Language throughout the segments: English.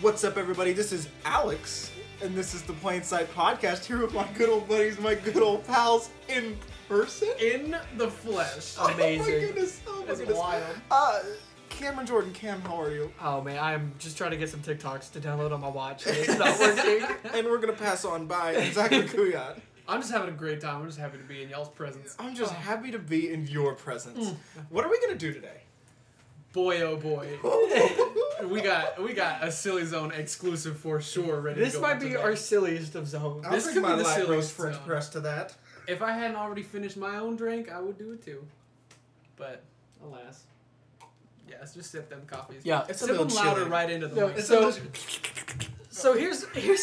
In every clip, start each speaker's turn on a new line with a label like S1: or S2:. S1: What's up, everybody? This is Alex, and this is the Plain Sight Podcast. Here with my good old buddies, my good old pals, in person.
S2: in the flesh.
S1: Oh my
S2: Amazing.
S1: goodness! Oh my
S2: That's
S1: goodness!
S2: wild.
S1: Uh, Cameron Jordan, Cam, how are you?
S2: Oh man, I'm just trying to get some TikToks to download on my watch. and It's not working.
S1: And we're gonna pass on by Zachary Kuyat.
S2: I'm just having a great time. I'm just happy to be in y'all's presence.
S1: I'm just happy to be in your presence.
S2: Mm.
S1: What are we gonna do today?
S2: Boy, oh boy, we got we got a silly zone exclusive for sure. Ready. to
S3: This
S2: go
S3: might
S2: out
S3: be
S2: today.
S3: our silliest of zones.
S1: I'll
S2: This
S1: drink
S2: could be
S1: my
S2: the
S1: light roast
S2: silliest
S1: French
S2: one.
S1: press to that.
S2: If I hadn't already finished my own drink, I would do it too. But alas. Yes, just sip them coffees.
S3: Yeah,
S1: it's a
S2: sip them
S1: little
S2: louder
S1: chilly.
S2: right into the
S3: No,
S2: mic.
S3: it's
S1: So,
S3: So- So here's here's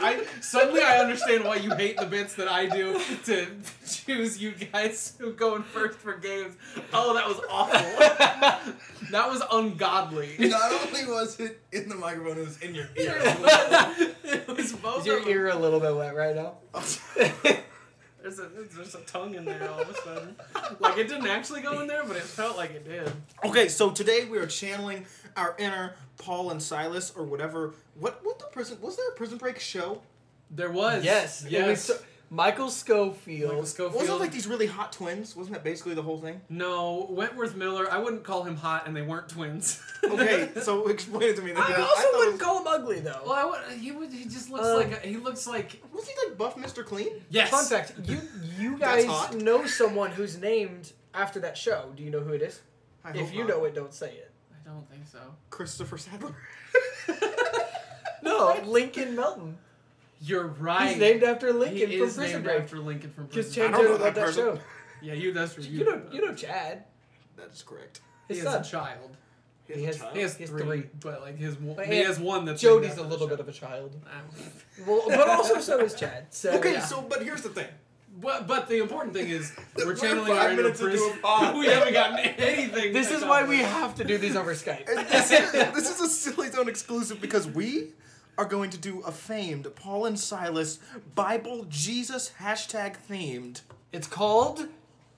S2: I suddenly I understand why you hate the bits that I do to choose you guys who go in first for games. Oh, that was awful. that was ungodly.
S1: not only was it in the microphone, it was in your ear.
S2: it was both
S3: is your
S2: of them.
S3: ear a little bit wet right now?
S2: There's a there's a tongue in there all of a sudden. Like it didn't actually go in there, but it felt like it did.
S1: Okay, so today we are channeling our inner Paul and Silas or whatever. What what the prison was there a prison break show?
S2: There was
S3: yes. It was
S2: yes.
S3: so- Michael Schofield.
S2: Michael Schofield.
S1: Wasn't it like these really hot twins? Wasn't that basically the whole thing?
S2: no, Wentworth Miller. I wouldn't call him hot, and they weren't twins.
S1: Okay, so explain it to me.
S3: I
S1: because
S3: also
S1: thought it
S3: wouldn't
S1: was,
S3: call him ugly though.
S2: well, I would, he would. He just looks
S3: Uh,
S2: like a, he looks like
S1: was he like buff Mr. Clean?
S2: yes.
S3: Fun fact: you you
S1: That's
S3: guys
S1: hot.
S3: know someone who's named after that show. Do you know who it is?
S1: I
S3: if
S1: hope
S3: you
S1: not.
S3: know it, don't say it.
S2: I don't think so.
S1: Christopher Sadler.
S3: No, Lincoln Melton.
S2: You're right.
S3: He's named after Lincoln
S2: he
S3: from
S2: is
S3: Prison
S2: named
S3: Break.
S2: after Lincoln from
S3: Just
S2: Prison
S3: Chad
S1: I don't know
S3: Jones loved
S1: that
S3: that
S1: person.
S3: show.
S2: Break. Yeah, you. That's what you.
S3: You know, you know Chad.
S1: That is correct.
S2: He
S3: His
S2: has
S3: son.
S2: a child.
S1: He
S3: He
S1: has,
S3: has-
S1: a child.
S2: He has,
S3: He has
S2: three,
S3: three.
S2: but like his one.
S3: But
S2: he
S3: Aunt
S2: has one that's.
S3: Jody's a little bit of a child. Well, but also so is Chad. So
S1: Okay,
S3: yeah.
S1: so but here's the thing.
S2: But but the important thing is
S1: We're
S2: we're channeling our
S1: five
S2: inner
S1: minutes into
S2: prison.
S1: a pod.
S2: we haven't gotten anything.
S3: This is why we have to do these over Skype.
S1: And this, is, this is a Silly Zone exclusive because we are going to do a famed Paul and Silas Bible Jesus hashtag themed.
S3: It's called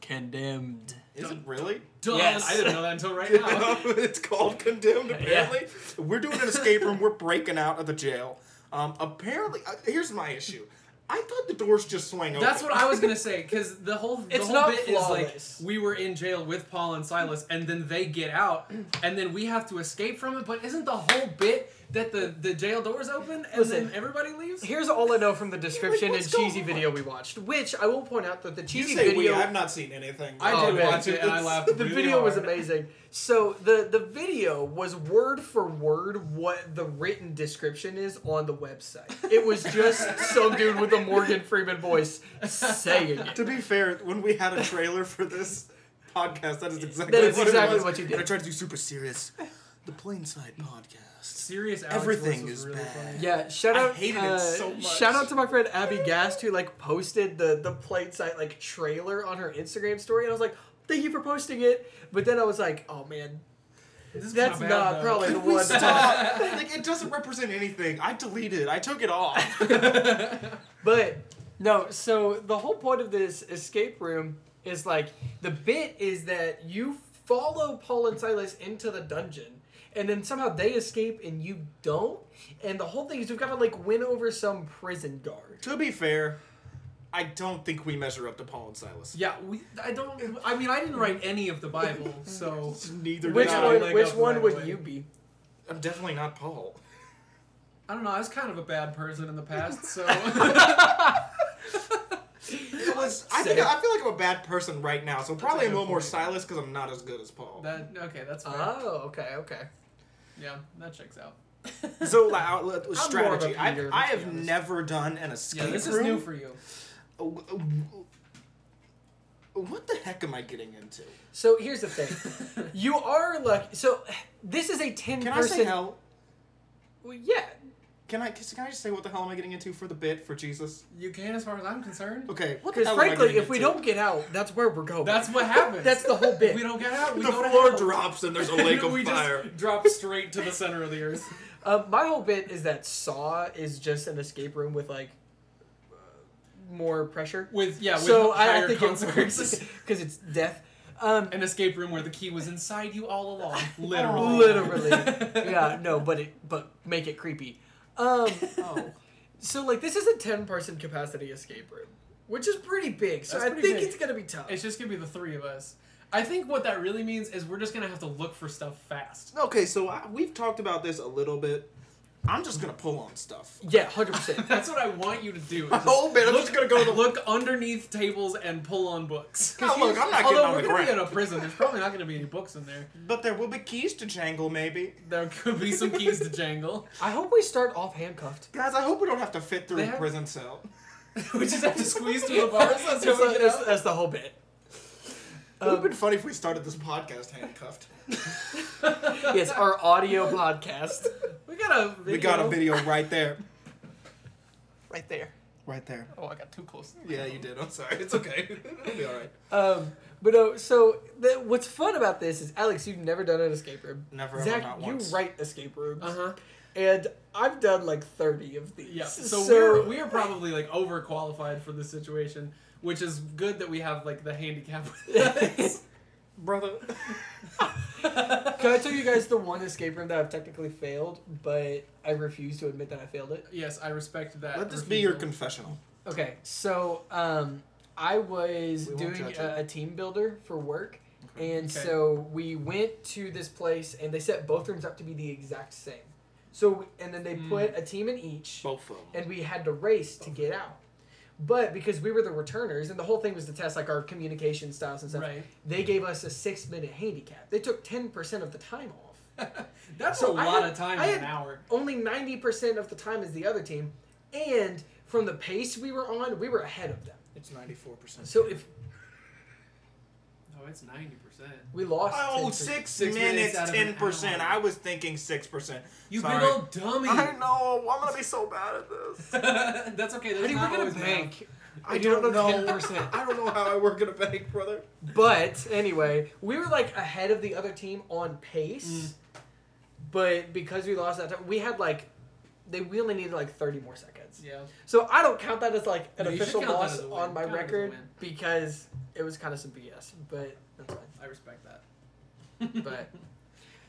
S3: Condemned.
S1: Is it really?
S2: Done.
S3: Yes.
S2: I didn't know that until right now.
S1: it's called Condemned, apparently. We're doing an escape room. We're breaking out of the jail. Um, apparently, uh, here's my issue. I thought the doors just swung open.
S2: That's what I was gonna say because the whole the
S3: It's
S2: whole
S3: not
S2: bit
S3: flawless.
S2: is like we were in jail with Paul and Silas, and then they get out, and then we have to escape from it. But isn't the whole bit that the the jail doors open and
S3: Listen,
S2: then everybody leaves?
S3: Here's all I know from the description
S2: Like,
S3: and
S2: what's
S3: cheesy
S2: going on?
S3: video we watched, which I will point out that the
S1: You
S3: cheesy
S1: say we,
S3: video
S1: I've not seen anything.
S2: I
S3: Oh,
S2: did
S3: man.
S2: watch it and I laughed.
S3: the
S2: really
S3: video was
S2: hard.
S3: amazing. So the the video was word for word what the written description is on the website. It was just some dude with a Morgan Freeman voice saying it.
S1: To be fair, when we had a trailer for this podcast, that is exactly
S3: That is
S1: what it
S3: exactly
S1: was.
S3: what you did.
S1: And I tried to do super serious. The Plainside Podcast.
S2: Serious. Alex
S1: Everything
S2: Royce was
S1: is
S2: really
S1: bad.
S2: funny.
S3: Yeah, shout
S1: I
S3: out.
S1: hated it
S3: uh,
S1: so much.
S3: Shout out to my friend Abby Gast who like posted the the plate site like trailer on her Instagram story, and I was like, thank you for posting it. But then I was like, oh man,
S2: This is
S3: that's
S2: kinda
S3: not,
S2: bad, though.
S3: probably the
S1: Could we
S3: one.
S1: stop? like it doesn't represent anything. I deleted. it. I took it off.
S3: But no, so the whole point of this escape room is like the bit is that you follow Paul and Silas into the dungeon. And then somehow they escape and you don't. And the whole thing is we've got to like win over some prison guard.
S1: to be fair, I don't think we measure up to Paul and Silas.
S2: Yeah, we. I don't. I mean, I didn't write any of the Bible, so
S1: Neither
S3: Which
S1: did
S2: Yeah,
S1: I.
S2: leg
S3: one? Which
S2: up
S3: one
S2: right
S3: would
S2: away.
S3: you be?
S1: I'm definitely not Paul.
S2: I don't know. I was kind of a bad person in the past, so
S1: It was. I think
S3: Same.
S1: I feel like I'm a bad person right now, so probably
S2: a
S1: I'm a
S2: good
S1: little more
S2: point.
S1: Silas because I'm not as good as Paul.
S2: that okay. That's fair.
S3: Oh, okay, okay.
S2: Yeah, that checks out.
S1: so like, out- let-
S3: a
S1: uh, strategy. I,
S3: leader,
S1: I
S3: let's be
S1: have
S3: honest.
S1: never done an escape
S2: Yeah, this is
S1: room. Oh,
S2: new for you.
S1: What the heck am I getting into?
S3: So here's the thing. you are lucky. So this is a ten
S1: Can I
S3: person.
S1: say hell?
S3: Well, yeah.
S1: Can I can I just say what the hell am I getting into for the bit for Jesus?
S2: You can, as far as I'm concerned.
S1: Okay, what the
S3: Because
S1: hell am I
S3: frankly,
S1: getting
S3: if we
S1: into?
S3: don't get out, that's where we're going.
S2: That's what happens.
S3: That's the whole bit.
S2: We don't get out. We
S1: the
S2: go to
S1: floor
S2: hell.
S1: drops and there's a lake of
S2: we
S1: fire.
S2: just drop straight to the center of the earth.
S3: Uh, my whole bit is that Saw is just an escape room with like uh, more pressure.
S2: With yeah, with
S3: so I,
S2: higher
S3: I think it
S2: consequences.
S3: works because it's death. Um,
S2: An escape room where the key was inside you all along. Literally.
S3: literally. yeah, no, but it but make it creepy. Um,
S1: Oh.
S3: so like this is a ten person capacity escape room, which is pretty big. So
S2: That's
S3: I
S2: pretty
S3: think
S2: big.
S3: it's gonna be tough.
S2: It's just gonna be the three of us. I think what that really means is we're just gonna have to look for stuff fast.
S1: Okay, so I, we've talked about this a little bit. I'm just gonna pull on stuff.
S3: yeah, hundred percent.
S2: That's what I want you to do. is
S1: A
S2: just
S1: whole bit. Oh, I'm
S2: look-
S1: just gonna go to the.
S2: look underneath tables and pull on books.
S1: No, look, I'm not getting
S2: Although
S1: on
S2: we're
S1: the
S2: gonna
S1: ground.
S2: be in a prison, there's probably not gonna be any books in there.
S1: But there will be keys to jangle, maybe.
S2: There could be some keys to jangle.
S3: I hope we start off handcuffed.
S1: Guys, I hope we don't have to fit through
S2: They
S1: a
S2: have-
S1: prison cell.
S2: we just have to squeeze through the bars. That's
S3: That's
S2: how we
S3: the-
S2: get
S3: that's-
S2: out.
S3: that's the whole bit.
S1: it would have
S3: Um,
S1: been funny if we started this podcast handcuffed.
S3: yes, our audio podcast
S2: We got a video.
S1: We got a video right there.
S3: right there.
S1: Right there.
S2: Oh, I got too close. to the
S1: Yeah, you did. I'm sorry. It's okay. It'll be alright.
S3: Um, but no, so the, what's fun about this is Alex, you've never done an escape room.
S1: Never ever
S3: Zach,
S1: not
S3: you
S1: once.
S3: write escape rooms,
S2: Uh-huh.
S3: and I've done like thirty of these.
S2: Yeah. So, we're we are probably like overqualified for this situation, which is good that we have like the handicap with us.
S1: Brother.
S3: Can I tell you guys the one escape room that I've technically failed, but I refuse to admit that I failed it?
S2: yes, I respect that.
S1: Let this be your
S2: refusal.
S1: confessional.
S3: Okay, so um, I was
S1: We won't
S3: doing
S1: judge
S3: a, a team builder for work, and
S2: Okay.
S3: so we went to this place and they set both rooms up to be the exact same. So and then
S2: Hmm.
S3: they put a team in each,
S1: Both of
S3: and we had to race to get out. But because we were the returners, and the whole thing was to test like our communication styles and stuff,
S2: Right.
S3: they gave us a six minute handicap. They took ten percent of the time off.
S2: That's
S3: So
S2: a
S3: I
S2: lot
S3: had-
S2: of time
S3: I
S2: in
S3: had-
S2: an hour.
S3: only 90% of the time is the other team and from the pace we were on we were ahead of them
S1: It's 94%.
S3: so if Oh,
S2: No, it's ninety percent.
S3: we lost
S1: Oh,
S3: 10%.
S1: six,
S2: Six minutes
S1: minutes,
S2: out of an
S1: 10%.
S2: hour.
S1: I was thinking 6%.
S2: You
S1: Sorry.
S2: big old dummy.
S1: I know. I'm going to be so bad at this.
S2: That's okay.
S3: how
S2: There's
S3: do you
S2: not
S3: work at a
S2: always
S3: bank
S1: I
S3: You
S1: don't
S3: don't
S1: know.
S3: know 10%.
S1: I don't know how I work at a bank, brother.
S3: but anyway we were like ahead of the other team on
S2: Mm.
S3: pace but because we lost that time we had like they we only needed like 30 more seconds
S2: math. Yeah.
S3: so i don't count that as like an
S2: No, you should
S3: official
S2: count that
S3: loss
S2: as a win.
S3: on my
S2: Count it as a
S3: record
S2: win.
S3: because it was kind of some bs but that's fine
S2: I respect that.
S3: but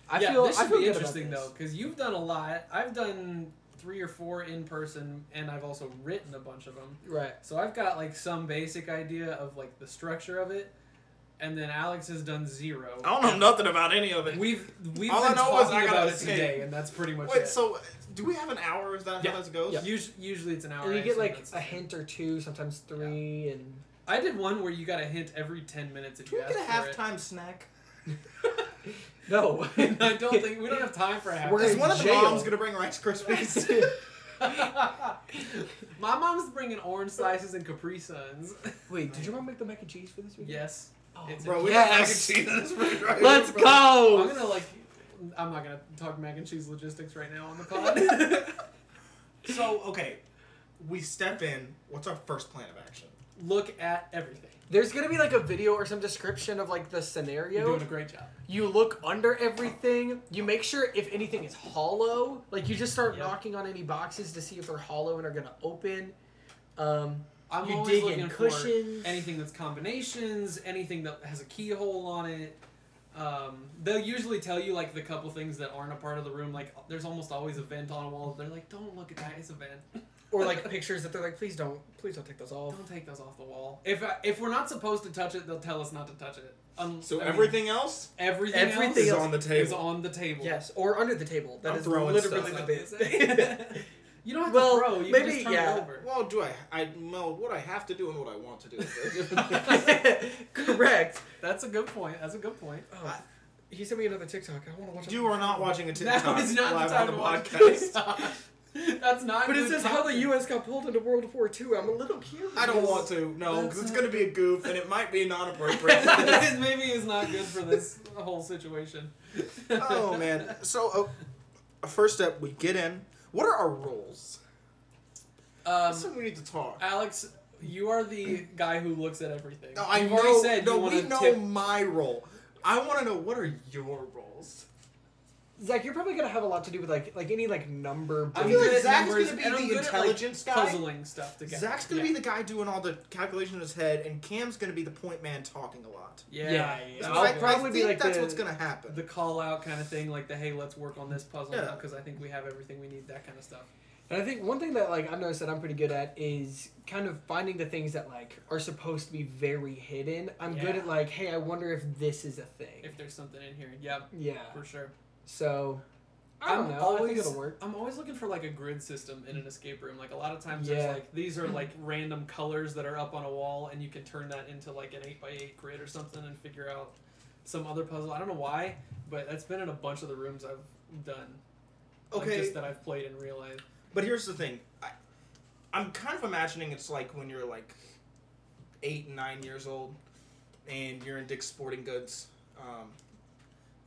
S3: i
S2: yeah,
S3: feel
S2: this
S3: i
S2: should
S3: feel
S2: be
S3: good about
S2: interesting
S3: this.
S2: though, because you've done a lot. I've done three or four in person, and I've also written a bunch of them.
S3: right
S2: So I've got like some basic idea of like the structure of it, and then Alex has done zero.
S1: I don't know nothing about any of it.
S2: We've we've
S1: All I
S2: been
S1: know is I
S2: talking
S1: gotta
S2: about it
S1: escape.
S2: today, and that's pretty much
S1: Wait,
S2: it.
S1: so do we have an hour? Is that
S2: Yeah.
S1: how this goes?
S3: Yeah.
S2: Usu- usually it's an hour.
S3: And you
S2: I
S3: get
S2: assume
S3: like
S2: that's the
S3: a
S2: same.
S3: hint or two, sometimes three, and
S2: I did one where you got a hint every ten minutes if
S1: Do
S2: you
S1: we
S2: ask
S1: get a
S2: for it.
S1: halftime snack?
S3: no.
S2: I don't think we don't have time for a half.
S3: We're
S1: Is
S3: in
S1: one of the
S3: jail.
S1: moms gonna bring Rice Krispies?
S2: My mom's bringing orange slices and Capri Suns.
S3: Wait, did your mom make the mac and cheese for this week?
S2: yes.
S3: Oh,
S2: It's-
S1: Bro, we
S3: Yes.
S1: got mac and cheese. Right, right,
S3: Let's
S1: bro.
S2: I'm
S3: go.
S2: gonna like. I'm not gonna talk mac and cheese logistics right now on the pod.
S1: So okay, we step in. What's our first plan of action?
S2: Look at everything.
S3: There's gonna be like a video or some description of like the
S2: You're doing
S3: scenario.
S2: a great job.
S3: You look under everything. You make sure if anything is hollow, like you just start
S2: Yeah.
S3: knocking on any boxes to see if they're hollow and are gonna open. Um,
S2: I'm
S3: You
S2: always
S3: dig in
S2: looking
S3: cushions.
S2: for anything that's combinations, anything that has a keyhole on it. Um, they'll usually tell you like the couple things that aren't a part of the room. Like there's almost always a vent on a wall. They're like, don't look at that. It's a vent.
S3: or like pictures that they're like, please don't, please don't take those off.
S2: Don't take those off the wall. If I, if we're not supposed to touch it, they'll tell us not to touch it. Um,
S1: So
S2: I mean,
S1: everything else
S2: everything,
S3: Everything
S2: else
S1: is
S3: else
S1: on the
S2: is
S1: table.
S2: on the table.
S3: Yes, or under the table. That
S1: I'm
S3: is
S1: throwing
S3: literally
S1: stuff.
S3: the bit.
S2: you don't have
S3: Well,
S2: to throw. You
S3: maybe-
S2: can just turn
S3: yeah.
S2: it over.
S1: Well, do I? I well, what I have to do and what I want to do.
S3: Correct.
S2: That's a good point. That's a good point.
S3: Oh, he sent me another TikTok. I want to watch it.
S1: you are not watching a TikTok
S2: Now is not
S1: live
S2: the time
S1: on the
S2: to watch
S1: podcast.
S2: TikTok. That's not.
S3: But it
S2: good
S3: says how the
S2: content.
S3: U.S. got pulled into World War II. I'm a little curious.
S1: I don't want to. No, because it's gonna be a goof and it might be non-appropriate. for this.
S2: This maybe is not good for this whole situation.
S1: oh man. So, uh, first step, we get in. What are our roles? That's
S2: Um,
S1: something we need to talk.
S2: Alex, you are the guy who looks at everything.
S1: No, I
S2: You've
S1: know.
S2: already said
S1: no,
S2: you want
S1: we
S2: to
S1: know
S2: tip.
S1: my role. I want to know what are your roles.
S3: Zach, you're probably gonna have a lot to do with like like any like number.
S1: I
S2: I'm
S1: feel
S2: good
S1: like
S2: at
S1: Zach's
S2: numbers,
S1: gonna be
S2: and I'm
S1: the
S2: good at, like,
S1: intelligence guy.
S2: puzzling stuff together.
S1: Zach's gonna
S2: yeah.
S1: be the guy doing all the calculation in his head, and Cam's gonna be the point man talking a lot.
S2: yeah,
S3: Yeah.
S2: yeah,
S3: That's
S1: I-
S3: I'll
S1: I,
S2: I'll-
S3: probably be
S1: think
S3: like
S1: that's
S3: the-
S1: what's gonna happen.
S2: the call out kind of thing, like the hey, let's work on this puzzle
S1: Yeah.
S2: now because I think we have everything we need. That kind of stuff.
S3: And I think one thing that like I've noticed that I'm pretty good at is kind of finding the things that like are supposed to be very hidden. I'm good
S2: Yeah.
S3: at like, hey, I wonder if this is a thing.
S2: If there's something in here, yeah,
S3: yeah.
S2: for sure.
S3: So I don't
S2: I'm
S3: know. I think
S2: Always,
S3: it'll work.
S2: I'm always looking for like a grid system in an escape room. Like a lot of times,
S3: Yeah.
S2: there's like these are like random colors that are up on a wall, and you can turn that into like an eight by eight grid or something, and figure out some other puzzle. I don't know why, but that's been in a bunch of the rooms I've done. like,
S1: Okay.
S2: just that I've played in real life.
S1: But here's the thing. I, I'm kind of imagining it's like when you're like eight, nine years old, and you're in Dick's Sporting Goods. Um,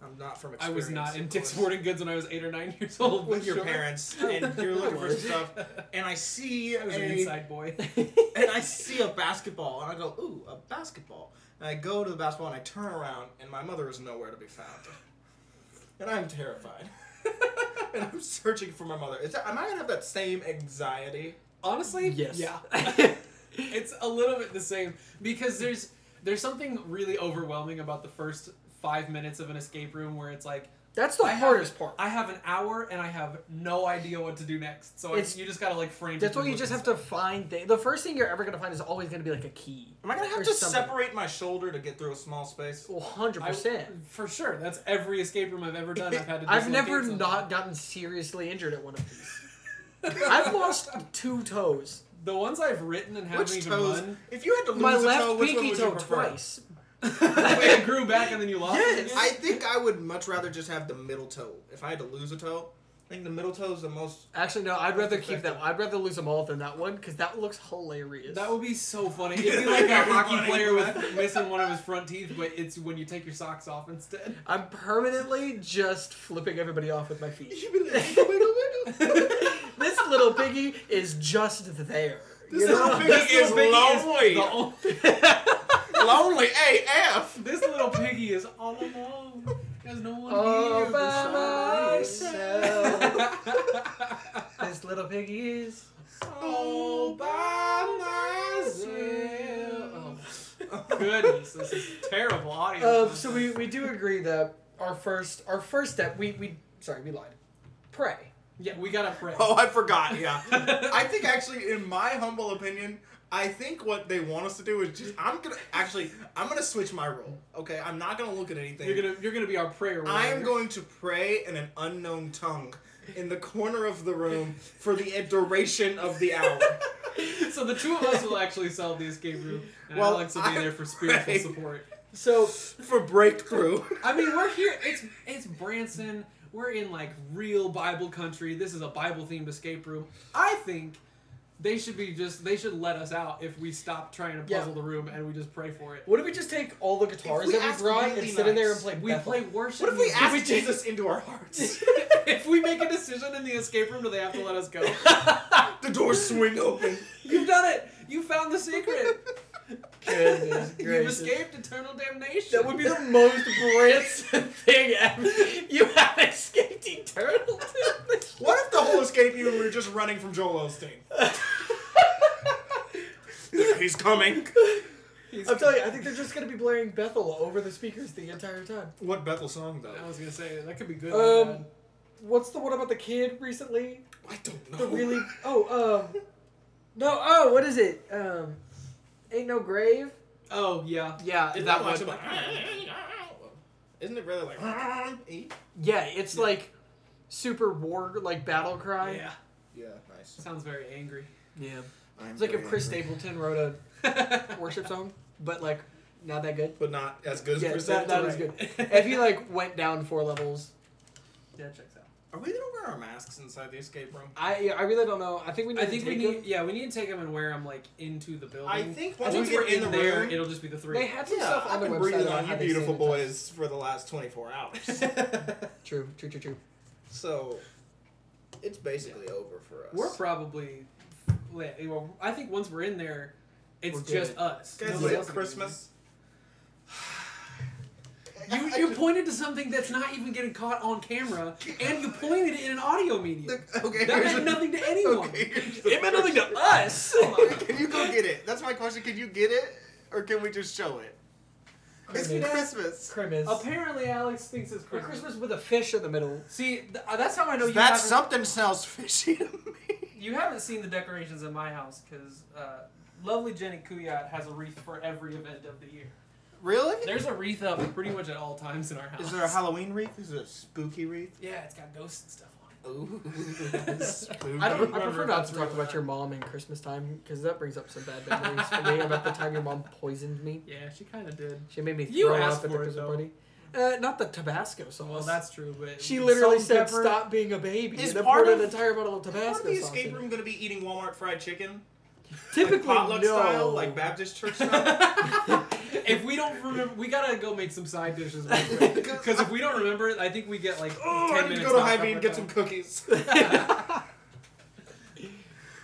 S1: I'm not from
S2: I
S1: experience.
S2: was not
S1: of
S2: in Dick's
S1: course,
S2: Sporting Goods when I was eight or nine years old.
S1: with
S2: but
S1: your
S2: sure.
S1: parents, and you're looking for stuff.
S2: I
S1: And I see
S2: was an
S1: a,
S2: inside boy.
S1: and I see a basketball, and I go, ooh, a basketball. And I go to the basketball, and I turn around, and my mother is nowhere to be found. And I'm terrified. and I'm searching for my mother. Is that, am I gonna have that same anxiety?
S2: Honestly,
S3: Yes.
S2: yeah. it's a little bit the same because there's there's something really overwhelming about the first five minutes of an escape room where it's like
S3: That's the
S2: I have-
S3: hardest part.
S2: I have an hour and I have no idea what to do next. So
S3: It's-
S2: it's, you just gotta like frame.
S3: That's why you just have to find things. The first thing you're ever gonna find is always gonna be like a key.
S1: Am I gonna have
S3: or
S1: to
S3: something.
S1: separate my shoulder to get through a small space?
S3: Well, hundred percent.
S2: for sure. That's every escape room I've ever done. I've had to.
S3: I've never
S2: dislocate
S3: not gotten seriously injured at one of these. I've lost two toes.
S2: something. the ones I've written and haven't
S1: Which
S2: even
S1: toes?
S2: run.
S1: If you had to lose
S3: My
S1: a
S3: left
S1: toe, which one
S3: pinky
S1: would you
S3: toe
S1: prefer?
S3: twice.
S2: Wait, it grew back and then you lost. it
S3: Yes.
S2: again?
S1: I think I would much rather just have the middle toe. If I had to lose a toe, I think the middle toe is the most.
S3: Actually, no. I'd rather
S1: That's
S3: keep that. I'd rather lose them all than that one because that looks hilarious.
S2: That would be so funny. It'd be like a
S1: That'd be
S2: hockey
S1: funny.
S2: player with missing one of his front teeth, but it's when you take your socks off instead.
S3: I'm permanently just flipping everybody off with my feet.
S1: You'd be like, wiggle, wiggle, wiggle.
S3: this little piggy is just there.
S1: This
S3: you
S1: little
S3: know?
S1: piggy-
S2: This little
S1: is
S2: piggy is
S1: lonely.
S2: the only-
S1: Lonely AF.
S2: This little piggy is all alone. There's no one
S3: All
S2: here
S3: by
S2: besides
S3: this little piggy is.
S1: All by
S2: Oh,
S1: myself.
S2: goodness, this is terrible audio.
S3: Um, so we, we do agree that our first our first step we we sorry we lied. Pray.
S2: yeah, we gotta pray.
S1: Oh, I forgot. Yeah, I think actually, in my humble opinion, I think what they want us to do is just I'm gonna actually I'm gonna switch my role. Okay, I'm not gonna look at anything.
S2: You're gonna you're gonna be our prayer.
S1: I
S2: warrior.
S1: am going to pray in an unknown tongue in the corner of the room for the duration of the hour.
S2: So the two of us will actually solve the escape room, and
S1: Well,
S2: Alex will be
S1: I
S2: there for spiritual
S1: pray.
S2: support.
S3: So
S1: for breakthrough.
S2: I mean, we're here. It's it's Branson. We're in like real Bible country. This is a Bible themed escape room. I think they should be just. They should let us out if we stop trying to
S3: Yeah.
S2: puzzle the room and we just pray for it.
S3: what if we just take all the guitars
S1: we
S3: that we
S1: act
S3: brought and
S1: really
S3: sit in there and
S1: nice,
S3: play
S2: We
S3: Bethel?
S2: play worship.
S1: What if we
S2: music.
S1: ask Jesus into our hearts?
S2: if we make a decision in the escape room, do they have to let us go?
S1: the doors swing open.
S2: You've done it. You found the secret.
S3: Goodness
S2: You've
S3: gracious.
S2: escaped eternal damnation.
S3: That would be the most Branson thing ever. You have escaped eternal damnation.
S1: What if the whole escape even were just running from Joel Osteen? He's like, He's coming.
S2: He's-
S3: I'm telling you, I think they're just gonna be blaring Bethel over the speakers the entire time.
S1: What Bethel song
S2: I
S1: though?
S2: was gonna say that could be good.
S3: Um,
S2: Um,
S3: What's the one about the kid recently?
S1: I don't know.
S3: The really oh um no oh what is it um ain't no grave
S2: oh yeah.
S3: yeah
S1: It's not much about. Isn't it rather like? Yeah,
S3: yeah it's
S2: Yeah.
S3: like super war like battle cry
S2: Yeah.
S1: nice.
S2: Sounds very angry.
S3: yeah
S1: I'm
S3: it's like if
S1: very
S3: Chris
S1: angry.
S3: Stapleton wrote a worship song but like not that good
S1: but not as good as
S3: yeah
S1: Chris
S3: that, that
S1: Stapleton.
S3: is good
S2: right.
S3: if he like went down four levels
S2: Yeah, checks out.
S1: Are we gonna wear our masks inside the escape room?
S3: I yeah, I really don't know I think we need
S2: I
S3: to
S2: think we
S3: take
S2: need,
S3: them.
S2: yeah, we need to take them and wear them like into the building.
S1: I think
S2: I
S1: once
S2: think
S1: we
S2: we're
S1: get in
S2: in,
S1: the
S2: there,
S1: room,
S2: it'll just be the three.
S3: they had some
S1: yeah,
S3: stuff on
S1: I've been
S3: their website
S1: breathing
S3: about
S1: on
S3: how
S1: you
S3: they
S1: beautiful
S3: sanitize.
S1: boys for the last 24 hours.
S3: true true true true
S1: so, it's basically over for us.
S2: We're probably. yeah, Well, I think once we're in there, it's
S3: We're good.
S2: just us.
S1: Guys,
S2: Nobody
S1: is it
S2: else can do
S1: Christmas?
S2: You, you pointed to something that's not even getting caught on camera, and you pointed it in an audio medium.
S1: okay.
S2: That
S1: here's
S2: meant
S1: a-
S2: nothing to anyone.
S1: Okay, here's the
S3: It meant nothing to us.
S1: Can you go get it? That's my question. Can you get it, or can we just show it? It's
S3: Christmas.
S1: Christmas.
S3: Christmas.
S2: Apparently, Alex thinks it's
S3: Or
S2: Christmas.
S3: Christmas with a fish in the middle.
S2: See, th- uh, that's how I know you
S1: That
S2: haven't,
S1: something sounds fishy to me.
S2: you haven't seen the decorations in my house because uh, lovely Jenny Kuyat has a wreath for every event of the year.
S1: Really?
S2: There's a wreath up pretty much at all times in our house.
S1: Is there a Halloween wreath? Is it a spooky wreath?
S2: Yeah, it's got ghosts and stuff on it.
S1: Ooh, spooky.
S3: I don't. I
S2: remember
S3: prefer
S2: if
S3: not
S2: that's
S3: to talk
S2: real or
S3: about
S2: not.
S3: your mom in Christmas time because that brings up some bad memories for me about the time your mom poisoned me.
S2: Yeah, she kind of did.
S3: She made me
S2: You
S3: throw
S2: asked
S3: up at the
S2: for it,
S3: Christmas
S2: though.
S3: party. Uh, not the Tabasco sauce.
S2: Well, that's true, but
S3: she literally
S2: salt,
S3: said,
S2: pepper-
S3: "Stop being a baby,"
S1: Is
S3: and then
S1: part
S3: poured an
S1: of-
S3: entire bottle of
S1: Part of
S3: Tabasco
S1: the
S3: sauce.
S1: escape
S3: in it.
S1: room going to be eating Walmart fried chicken?
S3: Typically,
S1: like potluck
S3: no.
S1: style, like Baptist church style.
S2: if we don't remember, we gotta go make some side dishes real quick. Because if we don't remember it, I think we get like
S1: oh, I
S2: 10
S1: need to
S2: minutes
S1: go to
S2: off
S1: Hy-Vee and
S2: every
S1: get some
S2: time.
S1: cookies.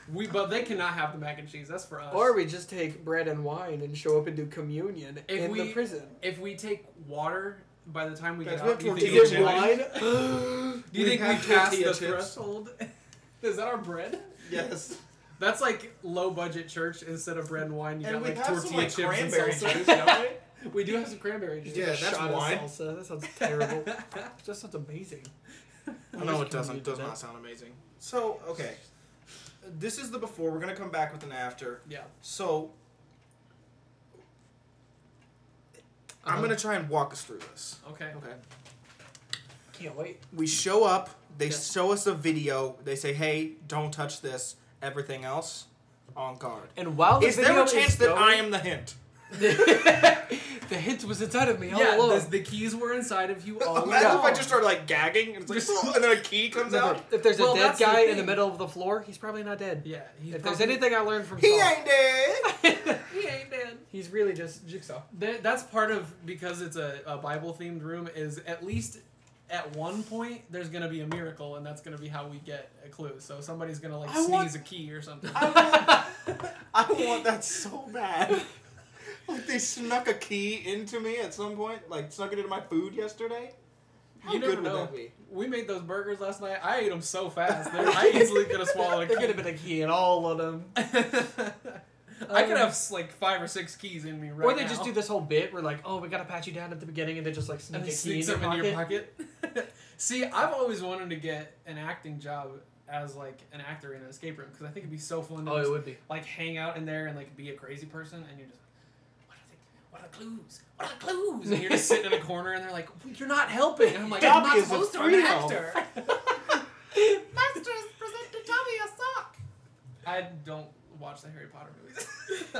S2: We, but they cannot have the mac and cheese. That's for us.
S3: or we just take bread and wine and show up and do communion
S2: If
S3: in the
S2: we-
S3: prison.
S2: if we take water by the time we
S1: Guys,
S2: get
S1: we
S2: out,
S1: have
S2: do you
S1: tortilla
S2: think,
S3: Is it
S1: chips.
S2: we,
S3: wine?
S2: do you
S1: We
S2: think we
S1: have
S2: pass
S1: tortilla
S2: the
S1: chips.
S2: threshold? Is that our bread?
S1: yes.
S2: That's like low budget church. Instead of bread and wine, you
S1: And
S2: got
S1: we
S2: like
S1: have
S2: tortilla
S1: some like
S2: chips and
S1: cranberry
S2: salsa.
S1: juice, don't
S2: We do have some cranberry juice.
S1: we? Yeah, that's
S3: Shot of
S1: wine.
S3: salsa. That sounds terrible. That just sounds amazing.
S1: No, it doesn't. Does not sound amazing. So okay, this is the before. We're gonna come back with an after.
S2: Yeah.
S1: So I'm
S3: Uh-huh.
S1: gonna try and walk us through this.
S2: Okay.
S1: Okay.
S3: Can't wait.
S1: We show up. They
S3: Yes.
S1: show us a video. They say, "Hey, don't touch this. Everything else, on guard."
S3: And while the
S1: Is
S3: video
S1: there a chance
S3: is
S1: that
S3: going,
S1: I am the hint?
S3: the hint was inside of me all
S2: Yeah,
S3: along.
S2: the, the keys were inside of you all
S1: Imagine
S2: along.
S1: if I just started like gagging and, it's like,
S2: Just-
S1: and then a key comes out.
S3: If there's
S2: Well,
S3: a dead
S2: that's the
S3: guy in the
S2: thing.
S3: middle of the floor, he's probably not dead.
S2: Yeah. he's
S3: if there's
S2: probably-
S3: anything I learned from
S1: He
S3: Saul,
S1: ain't dead.
S2: he ain't dead.
S3: he's really just Jigsaw.
S2: That, that's part of because it's a, a Bible themed room. Is at least at one point there's gonna be a miracle, and that's gonna be how we get a clue. So somebody's gonna like
S1: I
S2: sneeze
S1: want-
S2: a key or something.
S1: I want, I want that so bad. Like they snuck a key into me at some point. Like snuck it into my food yesterday. How
S2: You never
S1: good would
S2: know.
S1: that be?
S2: we made those burgers last night. I ate them so fast. They're, I easily could have swallowed a
S3: There
S2: key.
S3: could have been a key in all of them.
S2: I could have s- like five or six keys in me right
S3: or they just do
S2: now.
S3: this whole bit where like, oh, we gotta pat you down at the beginning, and they just like sneak
S2: and
S3: a
S2: they
S3: key
S2: sneak
S3: in, your
S2: something in your pocket. See, I've always wanted to get an acting job as like an actor in an escape room because I think it'd be so fun. To
S3: Oh,
S2: just
S3: it would be.
S2: like hang out in there and like be a crazy person and you're just what are they what are the clues what are the clues and you're just sitting in a corner and they're like you're not helping and I'm like I'm
S1: Dobby
S2: not
S1: is a
S2: supposed to I'm an
S1: freedom.
S2: actor Masters present to Dobby a sock I don't watch the Harry Potter movies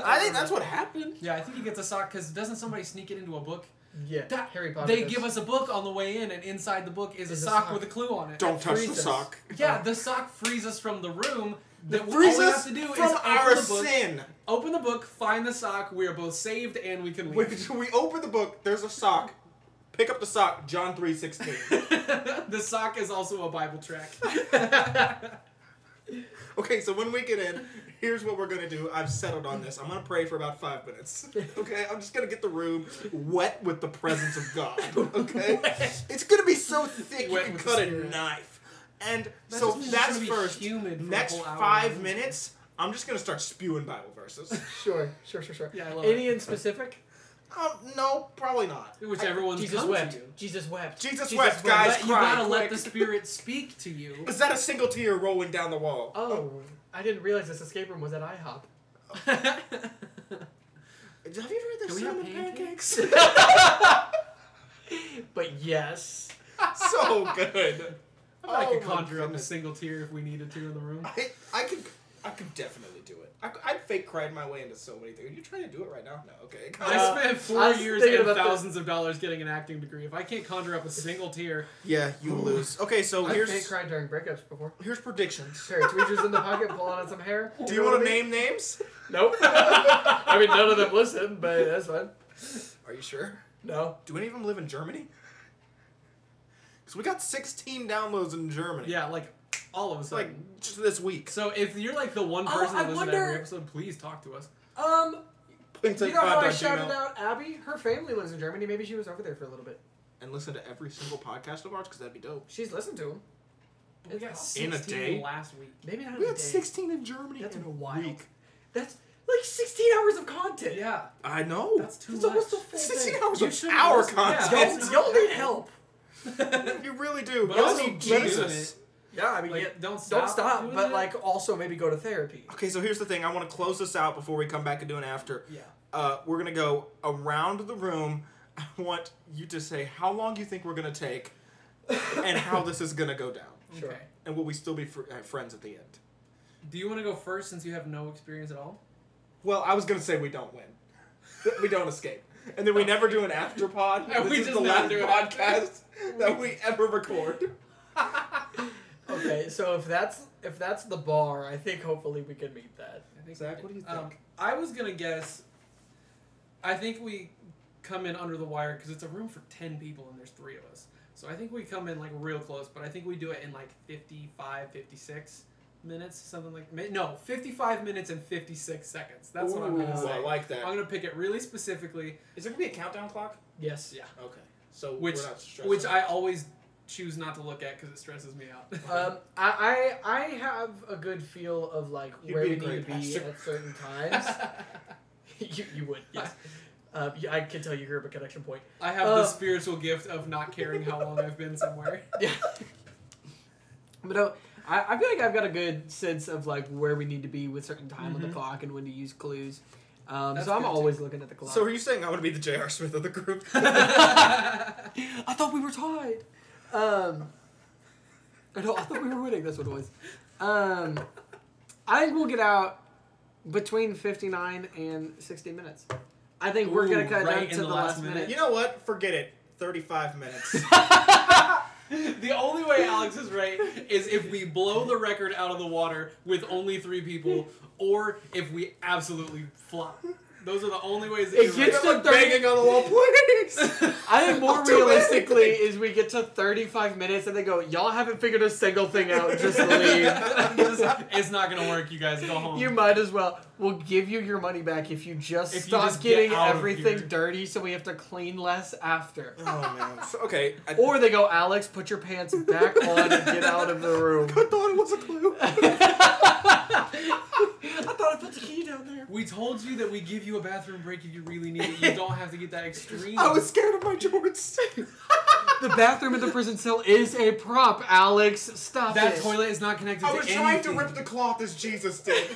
S1: I think that's what happened.
S2: yeah I think he gets a sock because doesn't somebody sneak it into a book
S3: Yeah,
S2: That-
S3: Harry Potter.
S2: they
S3: does.
S2: give us a book on the way in and inside the book is a, sock, with a clue on it
S1: Don't touch the
S3: freezes.
S1: sock.
S2: yeah the sock frees us from the room that all
S1: Freeze
S2: we have
S1: Oh. us
S2: to do is
S1: from
S2: open
S1: our
S2: the book
S1: sin.
S2: Open the book, find the sock. We are both saved, and we can
S1: We,
S2: leave.
S1: we open the book. There's a sock. Pick up the sock. John three sixteen.
S2: the sock is also a Bible track.
S1: Okay, so when we get in, here's what we're gonna do. I've settled on this. I'm gonna pray for about five minutes. Okay, I'm just gonna get the room wet with the presence of God. Okay, it's gonna be so thick
S2: Wet
S1: you can
S2: with
S1: cut
S2: the
S1: a
S2: Spirit.
S1: knife. And
S2: That's
S1: so
S2: just- it's
S1: that's
S2: gonna be
S1: first.
S2: humid for a
S1: Next
S2: whole hour.
S1: five minutes, I'm just gonna start spewing Bible verses.
S3: Sure, sure, sure, sure.
S2: Yeah, I love
S3: Any in specific?
S1: um, no, probably not.
S2: Whichever one's
S3: Jesus
S2: come
S3: wept.
S2: to you.
S3: Jesus wept.
S1: Jesus wept, guys.
S2: But you
S1: cry
S2: gotta let
S1: quick.
S2: the Spirit speak to you.
S1: Is that a single tear rolling down the wall?
S3: Oh, I didn't realize this escape room was at IHOP.
S1: Have you ever heard
S2: Do
S1: the
S2: we
S1: cinnamon
S2: have pancakes?
S1: pancakes?
S3: But yes,
S1: so good.
S2: I
S1: Oh my
S2: could conjure up a
S1: goodness.
S2: single tear if we needed to in the room.
S1: I, I could I could definitely do it. I, I fake cried my way into so many things. Are you trying to do it right now? No, okay.
S3: Uh,
S2: I spent four
S3: I was
S2: years
S3: thinking
S2: and
S3: about the-
S2: thousands of dollars getting an acting degree. If I can't conjure up a single tear,
S1: yeah, you lose. Okay, so
S3: I've
S1: here's
S3: fake cried during breakups before.
S1: here's predictions.
S3: Sorry, tweezers in the pocket, pulling out some hair.
S1: Do you want to name names?
S3: Nope. I mean, none of them listen, but that's fine.
S1: Are you sure?
S3: No.
S1: Do any of them live in Germany? Because we got 16 downloads in Germany.
S2: yeah, like all of a
S1: It's like
S2: sudden.
S1: just this week.
S2: so if you're like the one
S3: Oh,
S2: person
S3: I
S2: that listens to
S3: wonder-
S2: every episode, please talk to us.
S3: Um,
S1: It's
S3: you know how I shouted
S1: Gmail.
S3: out Abby? Her family lives in Germany. Maybe she was over there for a little bit.
S1: and listen to every single podcast of ours because that'd be dope.
S3: She's listened to him.
S2: We got
S3: It's-
S1: In a
S2: 16
S1: day?
S2: last week.
S3: Maybe not.
S1: We
S3: in a
S1: had
S3: day.
S1: 16 in Germany
S3: That's
S1: in a
S3: wild.
S1: week.
S3: That's like 16 hours of content.
S2: Yeah,
S1: I know.
S2: that's too
S3: It's
S2: much.
S3: almost a full
S1: 16
S3: day.
S1: hours
S2: You
S1: of
S2: should've
S1: our
S2: listened- yeah,
S1: content.
S3: Y'all,
S2: that's-
S3: y'all need help.
S1: you really do.
S2: But
S1: Y'all
S2: also
S1: need
S2: let us-
S1: Jesus.
S3: Yeah, I mean,
S2: Like,
S3: yeah,
S2: don't stop.
S3: don't stop,
S2: doing
S3: but
S2: it.
S3: like also maybe go to therapy.
S1: Okay, so here's the thing. I want to close this out before we come back and do an after.
S2: yeah.
S1: Uh, we're gonna go around the room. I want you to say how long you think we're gonna take, and how this is gonna go down,
S3: Sure.
S2: Okay.
S1: and will we still be fr- uh, friends at the end?
S2: Do you want to go first since you have no experience at all?
S1: Well, I was gonna say we don't win, That we don't escape, and then we never do an after pod.
S2: No,
S1: this
S2: we
S1: is
S2: just
S1: the
S2: never
S1: last
S2: do an
S1: podcast that we ever record.
S3: Okay, so if that's if that's the bar, I think hopefully we can meet that.
S2: I think
S1: Zach, what do you
S2: Um,
S1: think?
S2: I was gonna guess. I think we come in under the wire because it's a room for ten people and there's three of us. So I think we come in like real close, but I think we do it in like 55, 56 minutes, something like mi- no, 55 minutes and 56 seconds. That's what I'm gonna
S1: Ooh, I
S2: say.
S1: like that.
S2: I'm gonna pick it really specifically,
S1: Is there gonna be a countdown clock?
S3: Yes.
S2: Yeah.
S1: Okay. So
S2: Which-
S1: we're not stressing.
S2: which I always choose not to look at because it stresses me out.
S3: Um, I, I I have a good feel of like
S1: You'd
S3: where
S1: be
S3: we
S1: a
S3: need to
S1: great
S3: be
S1: pastor.
S3: at certain times. you, you would yes. Um, yeah, I can tell you here a connection point.
S2: I have
S3: Uh,
S2: the spiritual gift of not caring how long I've been somewhere.
S3: Yeah. but no, I, I feel like I've got a good sense of like where we need to be with certain time on the
S2: Mhm.
S3: clock and when to use clues. Um,
S2: That's
S3: so I'm
S2: good, too.
S3: always looking at the clock.
S1: so are you saying I'm gonna be the J.R. Smith of the group?
S3: I thought we were tied. Um, I know, I thought we were winning. That's what it was. Um, I think we'll get out between 59 and 60 minutes. I think we're going
S2: Ooh,
S3: to cut
S2: right
S3: down
S2: in
S3: to
S2: the
S3: the,
S2: last
S3: last
S2: minute.
S3: minute.
S1: You know what? Forget it. 35 minutes.
S2: The only way Alex is right is if we blow the record out of the water with only three people, or if we absolutely flop. Those are the only ways. That
S3: It
S2: you're right.
S3: gets to
S1: Like
S3: 30
S1: banging on the wall, please.
S3: I think more
S1: I'll do
S3: realistically
S1: anything.
S3: is we get to 35 minutes and they go, y'all haven't figured a single thing out, just leave.
S2: it's not gonna work. You guys go home.
S3: You might as well. We'll give you your money back if you just
S2: If you
S3: stop
S2: just get
S3: getting
S2: out of
S3: everything
S2: here.
S3: dirty so we have to clean less after.
S1: oh man. So, okay. I,
S3: Or they go, Alex, put your pants back on and get out of the room.
S1: I thought it was a clue.
S3: I thought I put the key down there.
S2: we told you that we give you a bathroom break if you really need it. You don't have to get that extreme.
S1: I was scared of my Jorts.
S3: The bathroom in the prison cell is a prop, Alex. Stop
S2: that
S3: it.
S2: toilet is not connected
S1: I
S2: to
S1: was
S2: anything.
S1: trying to rip the cloth as Jesus did.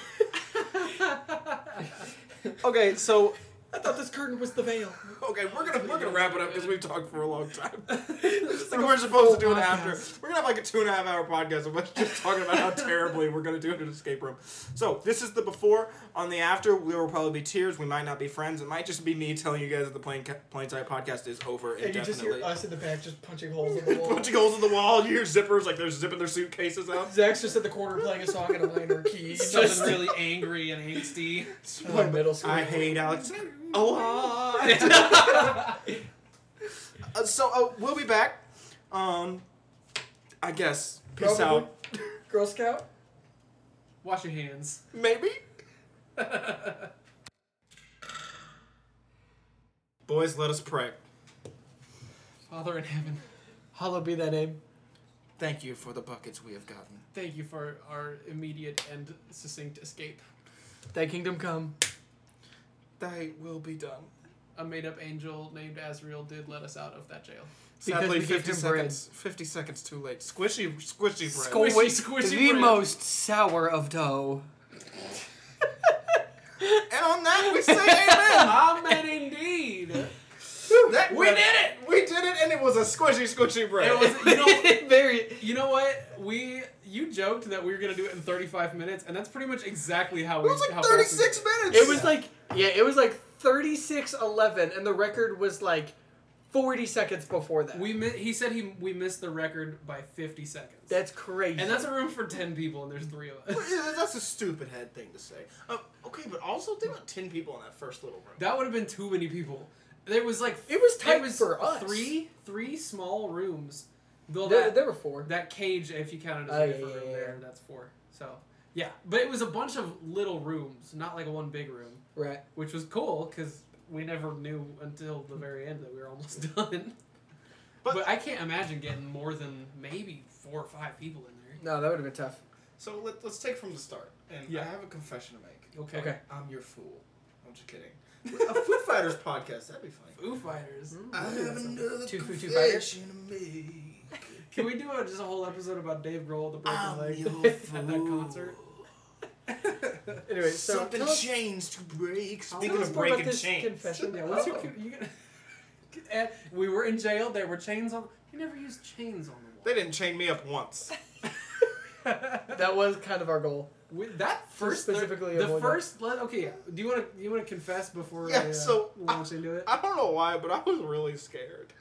S1: okay, so
S3: I thought this curtain was the veil.
S1: okay, we're gonna we're gonna wrap it up because we've talked for a long time.
S3: It's like a
S1: we're supposed to do
S3: full
S1: an after.
S3: podcast.
S1: We're gonna have like a two and a half hour podcast of us just talking about how terribly we're gonna do it in an escape room. So this is the before. On the after, there will probably be tears. We might not be friends. It might just be me telling you guys that the plain Ca- plain sight podcast is over
S3: And you
S1: indefinitely.
S3: just hear us in the back just punching holes in the wall.
S1: Punching holes in the wall, you hear zippers like they're zipping their suitcases out.
S3: Zach's just at the corner playing a song in a minor key.
S2: Something really angry and angsty.
S3: Oh, middle school.
S1: I hate Alex. Oh, uh, so uh, we'll be back. Um, I guess. Peace
S3: Probably.
S1: out.
S3: Girl Scout?
S2: Wash your hands.
S1: Maybe. Boys, let us pray.
S2: Father in heaven,
S3: Hollow be that name.
S1: Thank you for the buckets we have gotten.
S2: thank you for our immediate and succinct escape.
S3: Thy kingdom come.
S1: Thy will be done.
S2: a made up angel named Azrael did let us out of that jail.
S3: Because
S1: Sadly,
S3: we gave
S1: 50
S3: him bread.
S1: seconds. 50 seconds too late. Squishy, squishy bread.
S3: Squishy,
S2: Squishy, squishy
S3: the
S2: bread.
S3: most sour of dough.
S1: and on that, we say amen.
S2: Amen indeed. It
S1: That-
S2: We did it!
S1: We did it, and it was a squishy, squishy bread.
S2: was you know
S3: Very.
S2: you know what? We you joked that we were gonna do it in thirty five minutes, and that's pretty much exactly how
S1: It
S2: we
S1: was like
S2: how fast we
S1: 36
S2: did
S1: minutes.
S3: It was like yeah, it was like 36-11, and the record was like forty seconds before that.
S2: it. We mi- he said he we missed the record by fifty seconds.
S3: that's crazy.
S2: and that's a room for ten people, and there's three of us.
S1: That's a stupid head thing to say. Uh, okay, but also think about 10 people in that first little room.
S2: That would have been too many people. There was like
S3: It was tight
S2: it was
S3: for us.
S2: Three three small rooms. Though
S3: there,
S2: that-
S3: there were four.
S2: That cage, if you count it as
S3: Oh,
S2: a
S3: yeah,
S2: different room
S3: yeah,
S2: there, that's four. So yeah, but it was a bunch of little rooms, not like one big room,
S3: right.
S2: which was cool because we never knew until the very end that we were almost done.
S1: But-
S2: But, I can't imagine getting more than maybe four or five people in there.
S3: No, that would have been tough.
S1: So let, let's take from the start. And
S2: Yeah.
S1: I have a confession to make.
S2: Okay.
S3: Okay.
S1: I'm your fool. I'm just kidding. a Foo Fighters podcast. That'd be funny.
S2: Foo Fighters.
S1: I have another
S3: Two Foo- two
S1: confession to make.
S2: Can we do a, just a whole episode about Dave Grohl the
S3: Ah,
S1: I'm
S2: breaking
S1: your
S2: leg at that
S1: fool.
S2: concert?
S3: Anyway, so
S1: Something
S3: tell us-
S1: changed to break.
S3: tell
S1: Speaking
S3: us
S1: of
S3: more about
S1: breaking
S3: this
S1: chains.
S3: confession. Yeah,
S2: What's
S3: what's
S2: your,
S3: your-
S2: you, gonna- we were in jail. There were chains on. You never used chains on the
S1: They
S2: wall.
S1: didn't chain me up once.
S3: that was kind of our goal.
S2: With that first
S3: specifically
S2: the
S3: avoid that.
S2: first. Let, okay, yeah. Do you want to you want to confess before
S1: Yeah,
S2: I, uh,
S1: so I-
S2: launch into it?
S1: I don't know why, but I was really scared.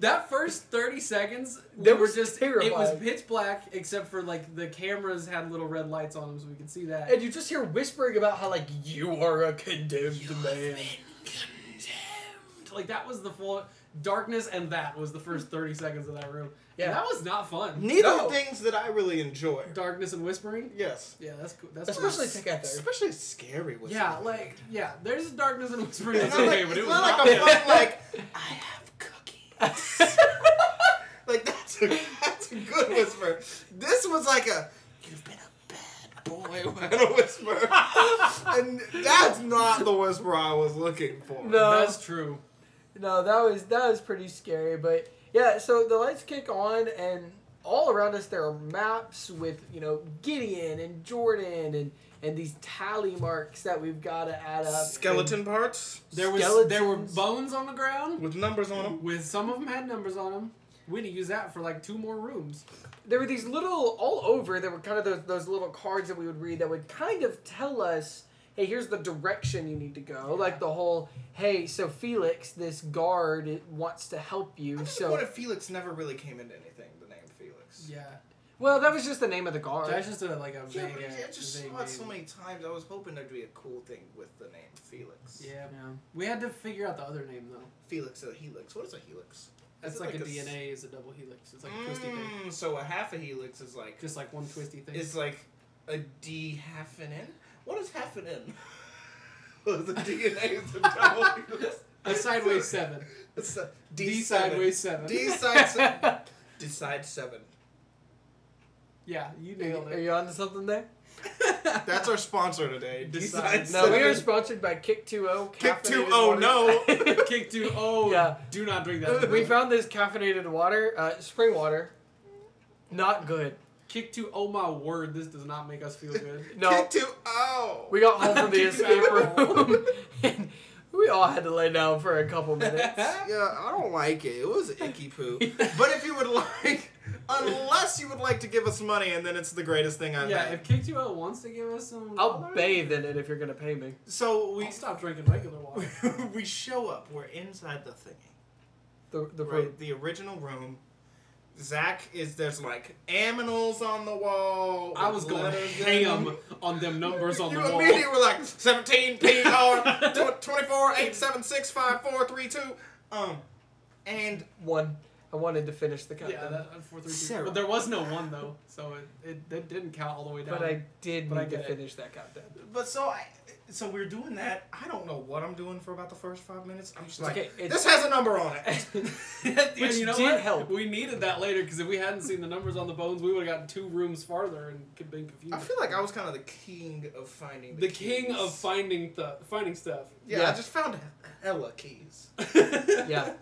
S2: That first thirty seconds,
S3: That
S2: they were
S3: was
S2: just it was
S3: terrifying.
S2: pitch black except for like the cameras had little red lights on them so we could see that.
S3: And you just hear whispering about how like you are a condemned man.
S2: like that was the full darkness, and that was the first thirty seconds of that room. Yeah,
S3: Yeah.
S2: that was not fun.
S1: Neither
S3: No.
S1: things that I really enjoy.
S2: Darkness and whispering.
S1: Yes.
S2: Yeah, that's cool. That's
S3: Especially
S2: cool.
S3: together.
S1: Especially scary with
S2: Yeah, like yeah, there's darkness and whispering.
S1: It's
S2: That's
S1: not
S2: okay,
S1: like,
S2: but it
S1: it's
S2: was
S1: not like
S2: not.
S1: I'm fucking like, I have cookies. like, that's a, that's a good whisper. This was like a, you've been a bad boy kind of whisper. and that's not the whisper I was looking for.
S3: No.
S2: That's true.
S3: No, that was that was pretty scary, but yeah, so the lights kick on and all around us there are maps with, you know, Gideon and Jordan and and these tally marks that we've got to add up.
S1: Skeleton parts
S2: There was there were
S3: Skeletons.
S2: bones on the ground
S1: with numbers on them.
S2: with some of them had numbers on them. We need to use that for like two more rooms.
S3: there were these little all over there were kind of those, those little cards that we would read that would kind of tell us hey here's the direction you need to go like the whole hey so felix this guard wants to help
S1: I
S3: you
S1: just so,
S3: so
S1: if Felix never really came into anything, the name Felix.
S2: Yeah,
S3: well that was just the name of the guard
S2: that's just a, like a
S1: Yeah,
S2: vague.
S1: but I
S2: uh,
S1: just
S2: vague
S1: saw it so
S2: name.
S1: many times. I was hoping there'd be a cool thing with the name Felix.
S2: Yeah,
S3: Yeah.
S2: we had to figure out the other name though.
S1: Felix a helix. What is a helix?
S2: That's
S1: it
S2: like,
S1: like
S2: a,
S1: a s-
S2: DNA is a double helix. It's like a twisty thing,
S1: Mm, so a half a helix is like
S2: just like one twisty thing.
S1: is like a D half an N. What is half an N? Well, the DNA is a double helix.
S2: a sideways seven.
S1: It's a D,
S2: D
S1: seven.
S2: sideways seven.
S1: D side seven. D side seven.
S2: yeah, you
S3: are you,
S2: nailed
S3: are
S2: it.
S3: you onto something there
S1: That's our sponsor today. D
S2: Decide
S1: side
S3: no
S1: seven.
S3: we are sponsored by kick 2o
S1: Kick
S3: Caffeinated
S1: 2O,
S3: Water.
S2: Kick two. Oh,
S3: Yeah.
S2: Do not drink that.
S3: we found this caffeinated water uh, spring water not good
S2: Kick two. Oh my word, this does not make us feel good.
S3: no
S1: Kick two O.
S3: We got home from the
S2: Kick
S3: escape
S2: back.
S3: room, and we all had to lay down for a couple minutes.
S1: Yeah, I don't like it. It was icky poo. but if you would like, unless you would like to give us money, and then it's the greatest thing I've
S2: yeah,
S1: had.
S2: if Kick two O wants to give us some,
S3: I'll
S2: dollars,
S3: bathe in it if you're gonna pay me.
S1: So
S2: We
S1: we
S2: stop drinking regular water.
S1: we show up. We're inside the thingy.
S3: The the
S1: Right, the original room. Zach is there's like aminals on the wall.
S2: I
S1: with
S2: was going
S1: letters in
S2: ham
S1: them.
S2: on them numbers on the
S1: you
S2: wall.
S1: immediately were like 17 PR 24 8 7 6 5 4 3 2. Um, and
S3: one. I wanted to finish the
S2: Yeah,
S3: countdown,
S2: that, four, three, two.
S1: Sarah.
S2: But there was no one though, so it, it, it didn't count all the way down.
S3: but I did
S2: But I
S3: need to
S2: get it.
S3: finish that countdown.
S1: But so I, so we're doing that. I don't know what I'm doing for about the first five minutes. I'm just like,
S3: okay,
S1: this has a number on it.
S2: And
S3: Which
S2: you know
S3: did
S2: what?
S3: help.
S2: We needed that later because if we hadn't seen the numbers on the bones, we would have gotten two rooms farther and could been confused.
S1: I feel like I was kind of the king of finding the,
S2: the king
S1: keys.
S2: of finding th- finding stuff.
S1: Yeah,
S3: Yeah.
S1: I just found hella keys.
S3: Yeah.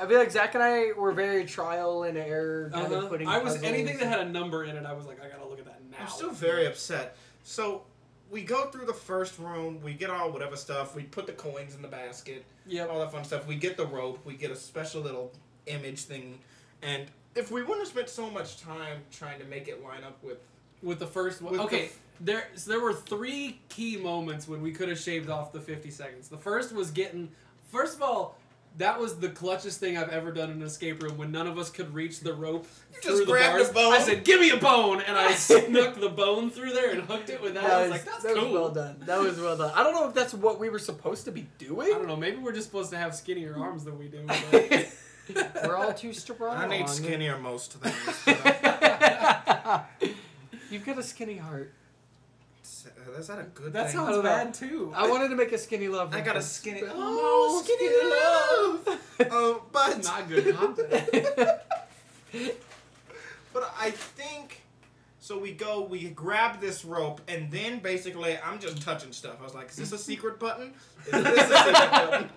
S3: I feel like Zach and I were very trial and error kind
S2: Uh-huh.
S3: of putting.
S2: I was
S3: puzzles.
S2: anything that had a number in it. I was like, I gotta look at that now.
S1: I'm still very upset. So we go through the first room. We get all whatever stuff. We put the coins in the basket.
S2: Yep.
S1: All that fun stuff. We get the rope. We get a special little image thing. And if we wouldn't have spent so much time trying to make it line up with
S2: With the first one,
S1: With the
S2: okay.
S1: f-
S2: there, so there were three key moments when we could have shaved off the fifty seconds. The first was getting. First of all, that was the clutchest thing I've ever done in an escape room when none of us could reach the rope
S1: You
S2: through
S1: just
S2: the
S1: grabbed
S2: bars.
S1: a bone.
S2: I said, "Give me a bone," and I snuck the bone through there and hooked it with that.
S3: That
S2: I was
S3: was-
S2: like, "That's
S3: that
S2: cool."
S3: was well done. That was well done. I don't know if that's what we were supposed to be
S2: I don't
S3: doing.
S2: know. Maybe we're just supposed to have skinnier arms than we do. But
S3: We're all too strong.
S1: I need skinnier most things.
S3: You've got a skinny heart.
S1: That's not a good
S2: That
S1: thing.
S2: sounds
S3: don't know.
S2: bad too.
S3: I wanted to make a skinny love.
S1: I got a
S3: reference,
S1: skinny.
S3: but-
S1: Oh, skinny, love. oh, but
S2: Not good content.
S1: But I think so. We go, we grab this rope, and then basically, I'm just touching stuff. I was like, "Is this a secret button? Is this a secret button?"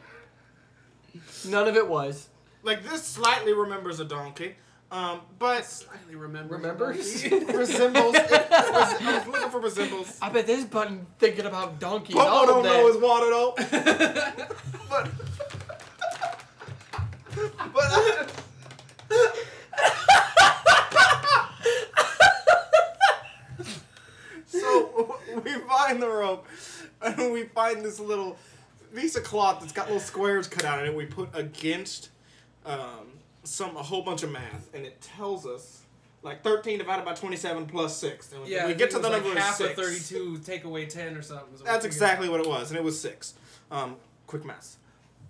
S3: None of it was.
S1: Like this slightly remembers a donkey, um, but
S2: Slightly remember.
S3: Remembers?
S1: resembles. It, res- I was looking for resembles.
S3: I bet this button thinking about donkeys.
S1: Popo
S3: all
S1: don't
S3: of that.
S1: know is water though. But but uh, I, so w- we find the rope and we find this little piece of cloth that's got little squares cut out in it. We put against um, some a whole bunch of math and it tells us. Like thirteen divided by twenty-seven plus six, and we,
S2: Yeah,
S1: we get to the
S2: like
S1: number of
S2: half
S1: six.
S2: of thirty-two. Take away ten or something. is what
S1: That's
S2: we figured.
S1: exactly what it was, and it was six. Um, quick math.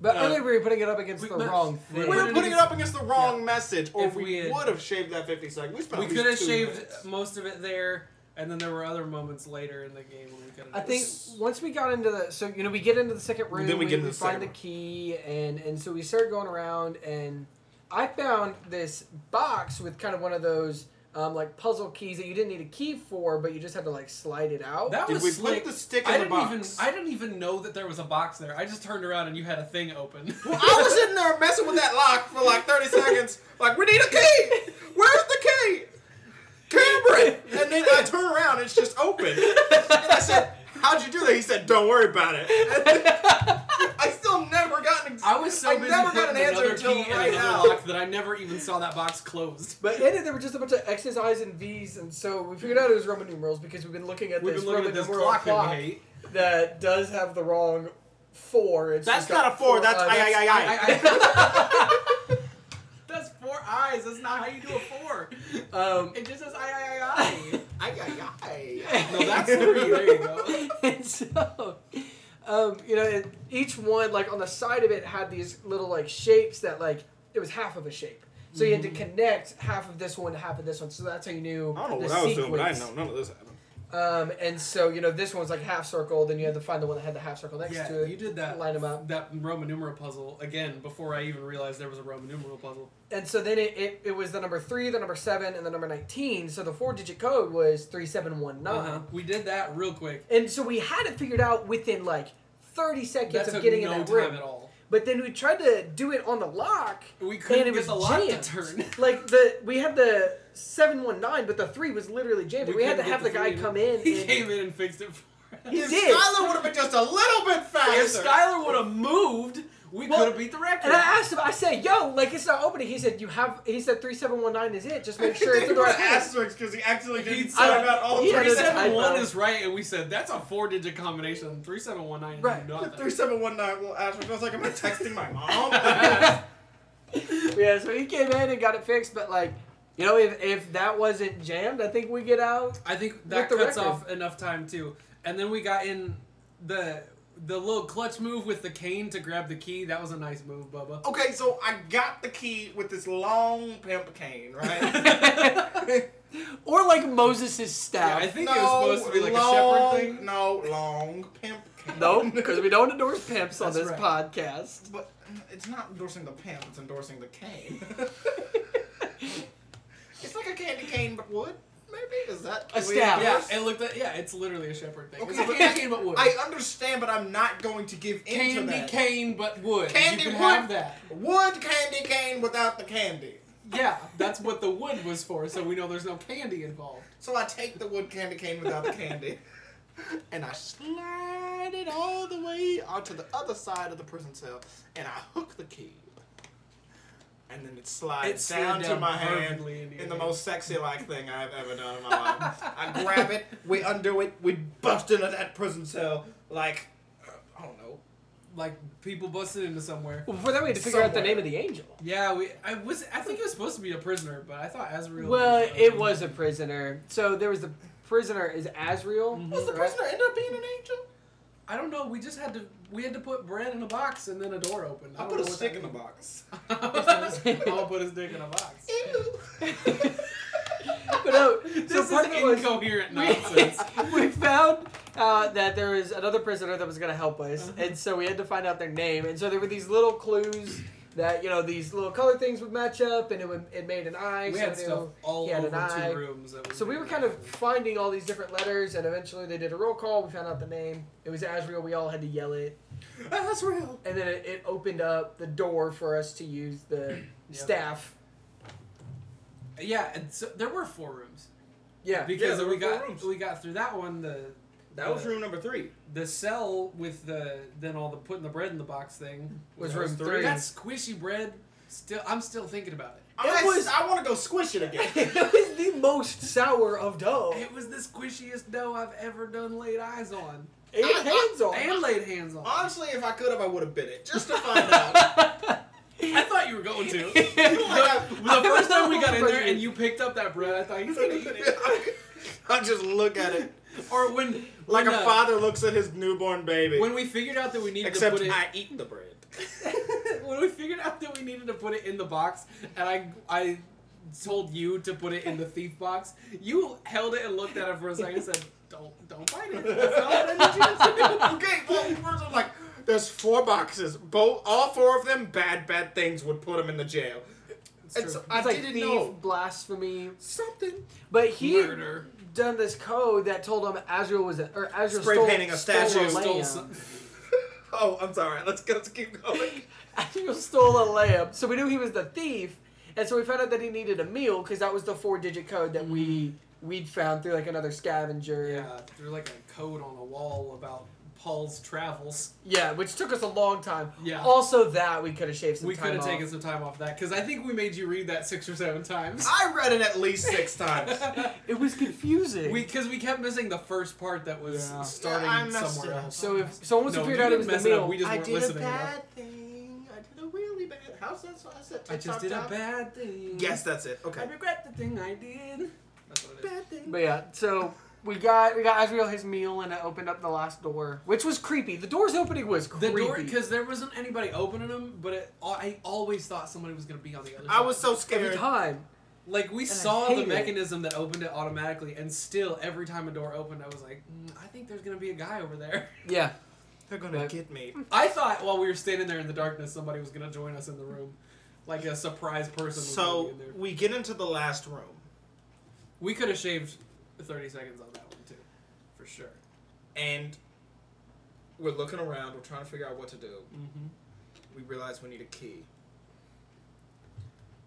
S3: But
S1: Uh,
S3: earlier we were putting it up against
S2: we-
S3: the
S2: but-
S3: wrong
S2: we-
S3: thing.
S1: We were
S2: Yeah.
S1: putting it up against the wrong message, or
S2: If
S1: we,
S2: we had-
S1: would have shaved that fifty seconds. We, spent
S2: We
S1: at least
S2: could have
S1: two
S2: shaved
S1: minutes.
S2: most of it there, and then there were other moments later in the game when we could have.
S3: I think once we got into the so you know we get into the second room,
S1: Then we
S3: we,
S1: get into
S3: we
S1: the
S3: find
S1: second
S3: the
S1: room.
S3: key, and and so we start going around, and I found this box with kind of one of those um, like puzzle keys that you didn't need a key for, but you just had to like slide it out.
S2: that
S1: Did
S2: was
S1: we put
S2: slick.
S1: the stick
S2: I
S1: in the
S2: didn't
S1: box?
S2: even. I didn't even know that there was a box there. I just turned around and you had a thing open.
S1: Well, I was sitting there messing with that lock for like thirty seconds. Like, we need a key. Where's the key? Cameron. And then I turn around, it's just open. And I said, "How'd you do that?" He said, "Don't worry about it." And then- I still never got an.
S2: I was so
S1: I
S2: busy
S1: never got
S2: putting
S1: an answer
S2: another
S1: until
S2: key in
S1: right
S2: another
S1: now.
S2: lock that I never even saw that box closed.
S3: But in it, there were just a bunch of X's, I's, and V's, and so we figured out it was Roman numerals because we've been looking at
S2: We've
S3: this
S2: been looking at
S3: Roman
S2: this
S3: numeral
S2: clock that we hate.
S3: that does have the wrong four. It's
S1: That's
S3: just got
S1: not a four. That's
S3: uh,
S1: I I I I.
S2: That's four eyes. That's not how you do a four.
S3: Um,
S2: It just says I I
S1: I I I.
S2: No, that's three. There you go.
S3: and so, um, you know, it, each one like on the side of it had these little like shapes that like it was half of a shape. So you had to connect half of this one to half of this one. So that's how you knew
S1: Mm-hmm. I don't know
S3: the
S1: what I was doing, but I
S3: sequence.
S1: know none of this happened.
S3: Um, and so you know this one was like half circle. Then you had to find the one that had the half circle next to
S2: Yeah,
S3: it.
S2: you did that.
S3: Line them up.
S2: That Roman numeral puzzle again before I even realized there was a Roman numeral puzzle.
S3: And so then it, it, it was the number three, the number seven, and the number nineteen. So the four digit code was three seven one nine.
S2: We did that real quick.
S3: And so we had it figured out within like thirty seconds
S2: That
S3: of
S2: took
S3: getting
S2: no
S3: in that
S2: time
S3: room.
S2: at all.
S3: But then we tried to do it on the lock.
S2: We couldn't
S3: and it
S2: get
S3: was
S2: the lock
S3: jammed.
S2: to turn.
S3: Like the we had the seven one nine, but the three was literally jammed. We, had to
S2: couldn't get
S3: have the, guy
S2: three.
S3: come in.
S2: He
S3: and-
S2: came in and fixed it for us.
S3: He
S1: If
S3: did.
S1: Skylar would have been just a little bit
S2: If
S1: faster.
S2: Skylar would have moved, we
S3: Well,
S2: could have beat the record.
S3: And I asked him. I said, "Yo, like it's not opening." He said, "You have." He said, "3719 is it? Just make sure it's
S1: he
S3: in the
S1: put
S3: right."
S1: an
S3: hand."
S1: asterisk because he actually
S2: He
S1: didn't
S2: said-
S1: sign out all
S3: he
S1: three
S3: had a
S1: seven.
S3: typo.
S2: 3719 is right, and we said that's a four digit combination. 3719 is
S3: Right.
S1: Three
S2: nothing.
S1: seven one nine little asterisk. I was like, am I texting my mom?
S3: Yeah, so he came in and got it fixed. But like, you know, if if that wasn't jammed, I think we get out.
S2: I think that
S3: With the
S2: cuts
S3: record.
S2: off enough time too. And then we got in the the little clutch move with the cane to grab the key. That was a nice move, Bubba.
S1: okay, so I got the key with this long pimp cane, right?
S3: Or like Moses' staff.
S2: Yeah, I think it was supposed to be like a shepherd thing.
S1: No, long pimp cane.
S3: no, because we don't endorse pimps on
S2: That's
S3: this
S2: right.
S3: podcast.
S1: But it's not endorsing the pimp, it's endorsing the cane. it's like a candy cane, but wood, maybe? Is that
S3: A
S1: can we
S3: staff.
S2: Yeah,
S1: endorse?
S2: it looked. At, yeah, it's literally a shepherd thing.
S1: Okay,
S2: it's a
S1: but
S2: candy cane but wood.
S1: I understand, but I'm not going to give in to
S2: candy
S1: that.
S2: cane but wood.
S1: Candy
S2: you can
S1: wood?
S2: have that.
S1: Wood candy cane without the candy.
S2: Yeah, that's what the wood was for. So we know there's no candy involved.
S1: So I take the wood candy cane without the candy, and I slide it all the way onto the other side of the prison cell, and I hook the key. And then it
S2: It
S1: slides
S2: slid
S1: down, to
S2: down
S1: my hand
S2: perfectly into your
S1: in the
S2: hand.
S1: most sexy like thing I've ever done in my life. I grab it, we undo it, we bust into that prison cell like uh, I don't know.
S2: Like people busted into somewhere.
S3: Well, before that, we had to figure out the
S1: Somewhere.
S3: name of the angel.
S2: Yeah, we. I was. I think it was supposed to be a prisoner, but I thought Azrael.
S3: Well,
S2: was the-
S3: it was a prisoner. So there was the prisoner is Azrael.
S2: Mm-hmm.
S1: Does the
S3: right?
S1: prisoner end up being an angel?
S2: I don't know. We just had to. We had to put bread in a box and then a door opened.
S1: I
S2: don't
S1: put
S2: know
S1: a
S2: what
S1: stick in
S2: that
S1: the
S2: means.
S1: box.
S2: I'll put his dick in a box.
S1: Ew.
S3: but no. so
S2: This
S3: part
S2: is
S3: of it was-
S2: incoherent
S3: we-
S2: nonsense.
S3: we found uh, that there was another prisoner that was going to help us,
S1: Mm-hmm.
S3: and so we had to find out their name. And so there were these little clues that you know these little color things would match up, and it would, it made an eye.
S1: We
S3: so
S1: had
S3: they
S1: stuff
S3: were-
S1: all
S3: he had
S1: over
S3: an eye.
S1: two rooms. That was
S3: so we were kind of finding all these different letters, and eventually they did a roll call. We found out the name. It was Asriel. We all had to yell it,
S1: Ah, that's real.
S3: and then it, it opened up the door for us to use the staff.
S2: yeah, and so there were four rooms
S3: Yeah,
S2: because
S1: there
S2: we
S1: were four
S2: got
S1: rooms.
S2: we got through that one the
S1: That was room number three.
S2: the cell with the then all the putting the bread in the box thing
S3: was
S1: That was
S3: room
S1: three.
S3: three.
S2: That squishy bread. Still, I'm still thinking about it.
S1: I,
S3: was-
S1: I want to go squish it again.
S3: it was the most sour of dough.
S2: It was the squishiest dough I've ever done laid eyes on
S3: And hands on.
S2: and laid hands on.
S1: Honestly, if I could have, I would have bit it just to find out.
S2: I thought you were going to.
S1: Like,
S2: The
S3: I was
S2: first time we got in there
S3: hungry.
S2: and you picked up that bread, I thought he's gonna eat it.
S1: I, I just look at it
S2: Or when
S1: like
S2: when,
S1: a
S2: uh,
S1: father looks at his newborn baby.
S2: When we figured out that we needed
S1: except
S2: to put it,
S1: I eat the bread.
S2: when we figured out that we needed to put it in the box, and I I told you to put it in the thief box, you held it and looked at it for a second and said, "Don't don't bite it." That's not what I need you to do."
S1: okay, well, first I'm like, there's four boxes. Both, all four of them, bad, bad things would put him in the jail. And
S2: true.
S1: so I
S3: It's like
S1: didn't
S3: thief,
S1: know
S3: blasphemy.
S1: something.
S3: But he
S2: Murder.
S3: done this code that told him Azrael was a, or Azrael
S1: Spray
S3: stole,
S1: painting a
S3: stole
S1: statue.
S3: a lamb.
S2: Stole some-
S1: Oh, I'm sorry. Let's go. Let's keep going.
S3: Azrael stole a lamb. So we knew he was the thief, and so we found out that he needed a meal because that was the four digit code that we we'd found through like another scavenger.
S2: Mm. Yeah, threw like a code on the wall about Paul's travels.
S3: Yeah, which took us a long time.
S2: Yeah.
S3: Also, that we could have shaved some
S2: we could
S3: time
S2: have
S3: off.
S2: taken some time off that because I think we made you read that six or seven times.
S1: I read it at least six times.
S3: It was confusing.
S2: We because we kept missing the first part that was
S3: Yeah.
S2: starting
S1: Yeah, I messed
S2: somewhere
S1: it up.
S2: else.
S3: so if so, once
S2: No,
S3: we figured
S2: you
S3: out
S2: didn't
S3: it was the
S2: mess it up,
S3: meal,
S2: we just
S1: I
S2: weren't
S1: did a
S2: listening enough.
S1: bad thing. I did a really bad. How's that? How's that?
S2: I just
S1: TikTok
S2: did a
S1: job?
S2: bad thing.
S1: Yes, that's it.
S2: I
S1: Okay.
S2: regret the thing I did. That's what it is.
S1: Bad thing.
S3: But yeah, so we got we got Azrael his meal and it opened up the last door, which was creepy. The door's opening was
S2: The
S3: creepy.
S2: door, because there wasn't anybody opening them, but it, I always thought somebody was gonna be on the other side.
S1: I was so
S3: every
S1: scared.
S3: time.
S2: like, we
S3: I
S2: saw
S3: hate
S2: the
S3: it.
S2: mechanism that opened it automatically, and still, every time a door opened, I was like, mm, I think there's gonna be a guy over there.
S3: Yeah.
S1: They're gonna
S3: But-
S1: get me.
S2: I thought while we were standing there in the darkness, somebody was gonna join us in the room, like a surprise person. Was gonna
S1: So
S2: be in there.
S1: we get into the last room.
S2: we could have shaved thirty seconds on that one too, for sure.
S1: and we're looking around. We're trying to figure out what to do.
S2: Mm-hmm.
S1: We realize we need a key.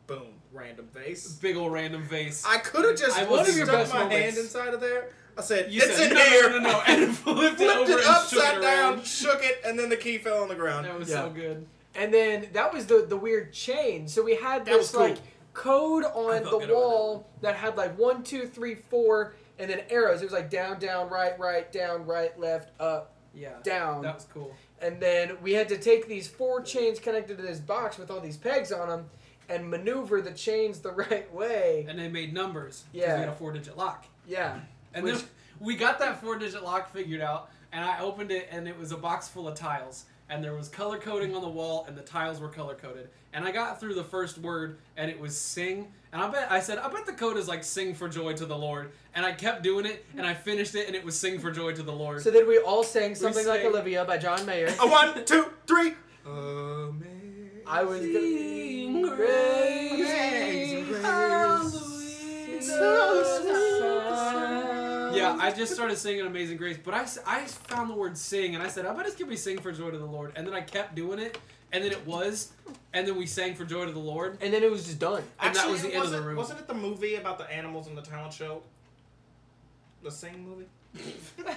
S1: Boom! Random vase.
S2: Big old random vase.
S1: I could have just
S2: I-
S1: stuck
S2: one of your
S1: my
S2: best
S1: hand
S2: moments.
S1: inside of there. I said,
S2: you
S1: "It's
S2: said
S1: in
S2: no,
S1: here."
S2: no, no, no, and flipped, it
S1: Flipped
S2: over
S1: it
S2: and shook
S1: upside
S2: it
S1: down,
S2: around.
S1: shook it, and then the key fell on the ground.
S2: That was
S3: Yeah.
S2: so good.
S3: And then that was the the weird chain. So we had
S1: That was
S3: this
S1: cool.
S3: like code
S2: felt good
S3: on
S2: about
S3: the
S2: that
S3: wall that. had like one, two, three, four, and then arrows. It was like down, down, right, right, down, right, left, up,
S2: Yeah,
S3: down.
S2: that was cool.
S3: And then we had to take these four chains connected to this box with all these pegs on them and maneuver the chains the right way.
S2: And they made numbers. 'cause
S3: Yeah.
S2: we had a four-digit lock.
S3: Yeah.
S2: And
S3: Which-
S2: then we got that four-digit lock figured out, and I opened it, and it was a box full of tiles. And there was color coding on the wall, and the tiles were color coded. And I got through the first word, and it was sing. And I bet I said, I bet the code is like sing for joy to the Lord. And I kept doing it, and I finished it, and it was sing for joy to the Lord.
S3: So then we all sang something like
S2: sang- Oh,
S3: Olivia by John Mayer.
S1: A one, two, three. Amazing
S3: I was
S2: Amazing
S3: gonna-
S1: Amazing
S3: Grace,
S1: grace.
S3: Halloween,
S1: So
S3: sweet.
S2: Yeah, I just started singing Amazing Grace, but I, s- I found the word sing and I said, I bet it's gonna be sing for joy to the Lord. And then I kept doing it, and then it was, and then we sang for joy to the Lord.
S3: And then it was just done.
S2: And that
S1: Actually,
S2: was the
S1: it
S2: end of the
S1: wasn't-
S2: room.
S1: Wasn't it the movie about the animals and the talent show? The same movie.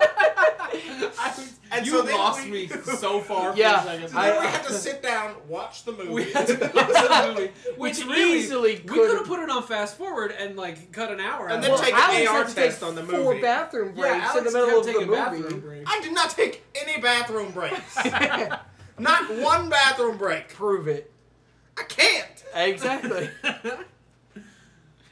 S2: I was-
S1: And
S2: you
S1: so then
S2: lost
S1: we-
S2: me so far. for a
S3: Yeah,
S2: second.
S1: So then
S3: I-
S1: we had to sit down, watch the movie.
S2: we had to watch the movie, which
S3: Which
S2: really,
S3: easily
S2: we could have
S3: could've-
S2: put it on fast forward and like cut an hour.
S1: And
S2: out
S1: then
S2: of it.
S1: take an
S3: Alex
S1: AR
S3: had to take
S1: test on the
S3: Four
S1: movie.
S3: bathroom breaks
S2: yeah, Alex
S3: in the middle
S2: kept
S3: of the
S2: taking bathroom
S3: movie.
S2: breaks.
S1: I did not take any bathroom breaks. not one bathroom break.
S3: Prove it.
S1: I can't.
S3: Exactly.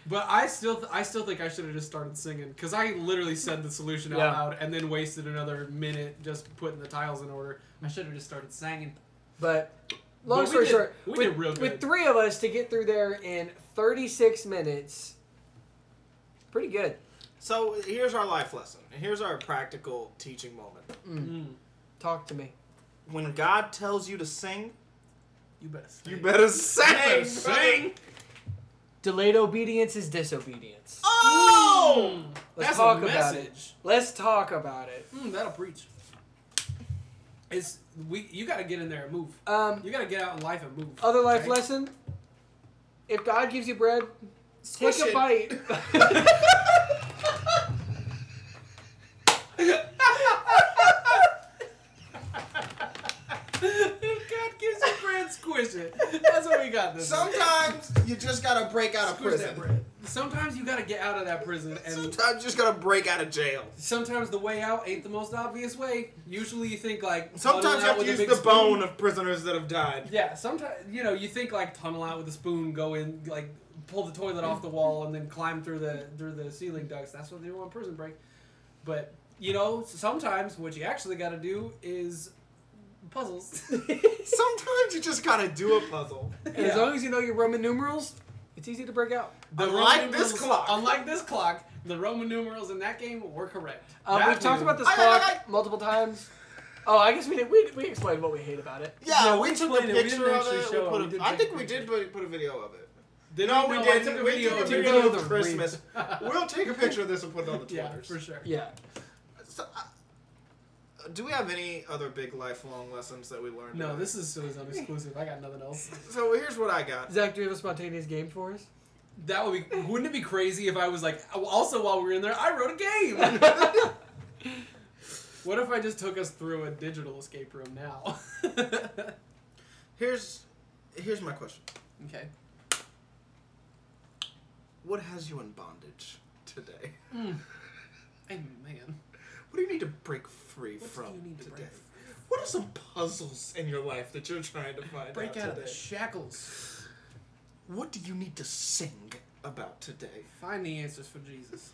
S2: But I still, th- I still think I should have just started singing because I literally said the solution out
S3: Yeah.
S2: loud and then wasted another minute just putting the tiles in order. I should have just started singing.
S3: But
S2: But
S3: long
S2: we
S3: story
S2: did-
S3: short,
S2: we
S3: with,
S2: did real good.
S3: with three of us to get through there in 36 minutes Pretty good.
S1: So here's our life lesson. Here's our practical teaching moment.
S3: Hmm.
S2: Hmm.
S3: Talk to me.
S1: When God tells you to sing,
S2: You better. Sing.
S1: you better
S2: Better
S1: sing.
S2: sing.
S3: Delayed obedience is disobedience.
S1: Oh,
S2: Hmm. That's
S3: Let's talk
S2: a
S3: about
S2: message.
S3: it. Let's talk about it.
S2: Mm, that'll preach. It's we. You got to get in there and move.
S3: Um,
S2: You got to get out in life and move.
S3: other life
S1: Okay.
S3: lesson. If God gives you bread,
S2: Hmm.
S1: Squish
S3: take a
S1: it.
S3: bite.
S2: If God gives you bread, squish it. That's what we got this. week.
S1: Sometimes you just gotta break out of
S2: Squish
S1: prison.
S2: that bread. Sometimes you got to get out of that prison, and
S1: Sometimes you just gotta break out of jail.
S2: sometimes the way out ain't the most obvious way. Usually, you think like tunnel
S1: Sometimes you have
S2: out
S1: to
S2: with a
S1: use
S2: big
S1: the
S2: spoon.
S1: bone of prisoners that have died.
S2: Yeah, sometimes you know you think like tunnel out with a spoon, go in like pull the toilet off the wall, and then climb through the through the ceiling ducts. That's what they do on prison break. But you know sometimes what you actually got to do is puzzles.
S1: Sometimes you just gotta do a puzzle.
S3: And As long as you know your Roman numerals, it's easy to break out.
S2: The
S1: Unlike
S2: Roman
S1: this
S2: numerals-
S1: clock.
S2: unlike this clock, the Roman numerals in that game were correct.
S3: Um,
S2: That
S3: we've talked
S2: knew.
S3: about this
S1: Aye, aye,
S3: clock
S1: aye,
S3: multiple times. Oh, I guess we did. We, we explained what we hate about it.
S1: Yeah,
S2: No, we
S1: we took a
S2: explained it. We
S1: picture
S2: didn't
S1: of
S2: actually
S1: it.
S2: show
S1: We
S2: it.
S1: put a-
S2: We did
S1: I
S2: take
S1: think
S2: a
S1: we
S2: picture.
S1: did put, put a video of it.
S2: Did
S1: no,
S2: we,
S1: we
S2: No, I
S1: didn't.
S2: took a
S1: we
S2: video
S1: did a
S2: of it.
S1: video
S3: Video
S1: of
S3: of the
S1: Christmas. we'll take a picture of this and put it on the Twitter.
S2: Yeah, for sure.
S3: Yeah.
S1: So, uh, do we have any other big lifelong lessons that we learned?
S2: No, this is Suizum exclusive. I got nothing else.
S1: So here's what I got.
S3: Zach, do you have a spontaneous game for us?
S2: That would be. Wouldn't it be crazy if I was like? Also, while we were in there, I wrote a game. what if I just took us through a digital escape room now? okay.
S1: Here's here's my question. What has you in bondage today?
S2: Hey man.
S1: What do you need to break free
S2: What do
S1: from
S2: you need to
S1: today?
S2: break
S1: What are some puzzles in your life that you're trying to find
S2: Break out
S1: out
S2: of the
S1: today?
S2: shackles.
S1: what do you need to sing about today?
S2: Find the answers for Jesus.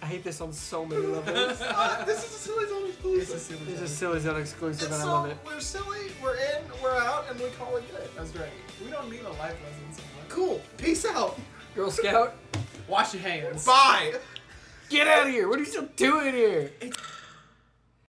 S3: I hate this on so many levels.
S1: Ah, this is a silly song
S2: It's a
S1: exclusive.
S2: silly
S3: this is
S2: thing.
S3: silly zone exclusive,
S1: It's
S3: and I
S1: so-
S3: love it.
S1: We're silly, we're in, we're out, and we call it good.
S2: That's right. We don't need a life lesson so much.
S1: Cool. Peace out.
S3: Girl Scout,
S2: Wash your hands.
S1: Bye.
S3: get out of here! What are you still doing here?
S2: It's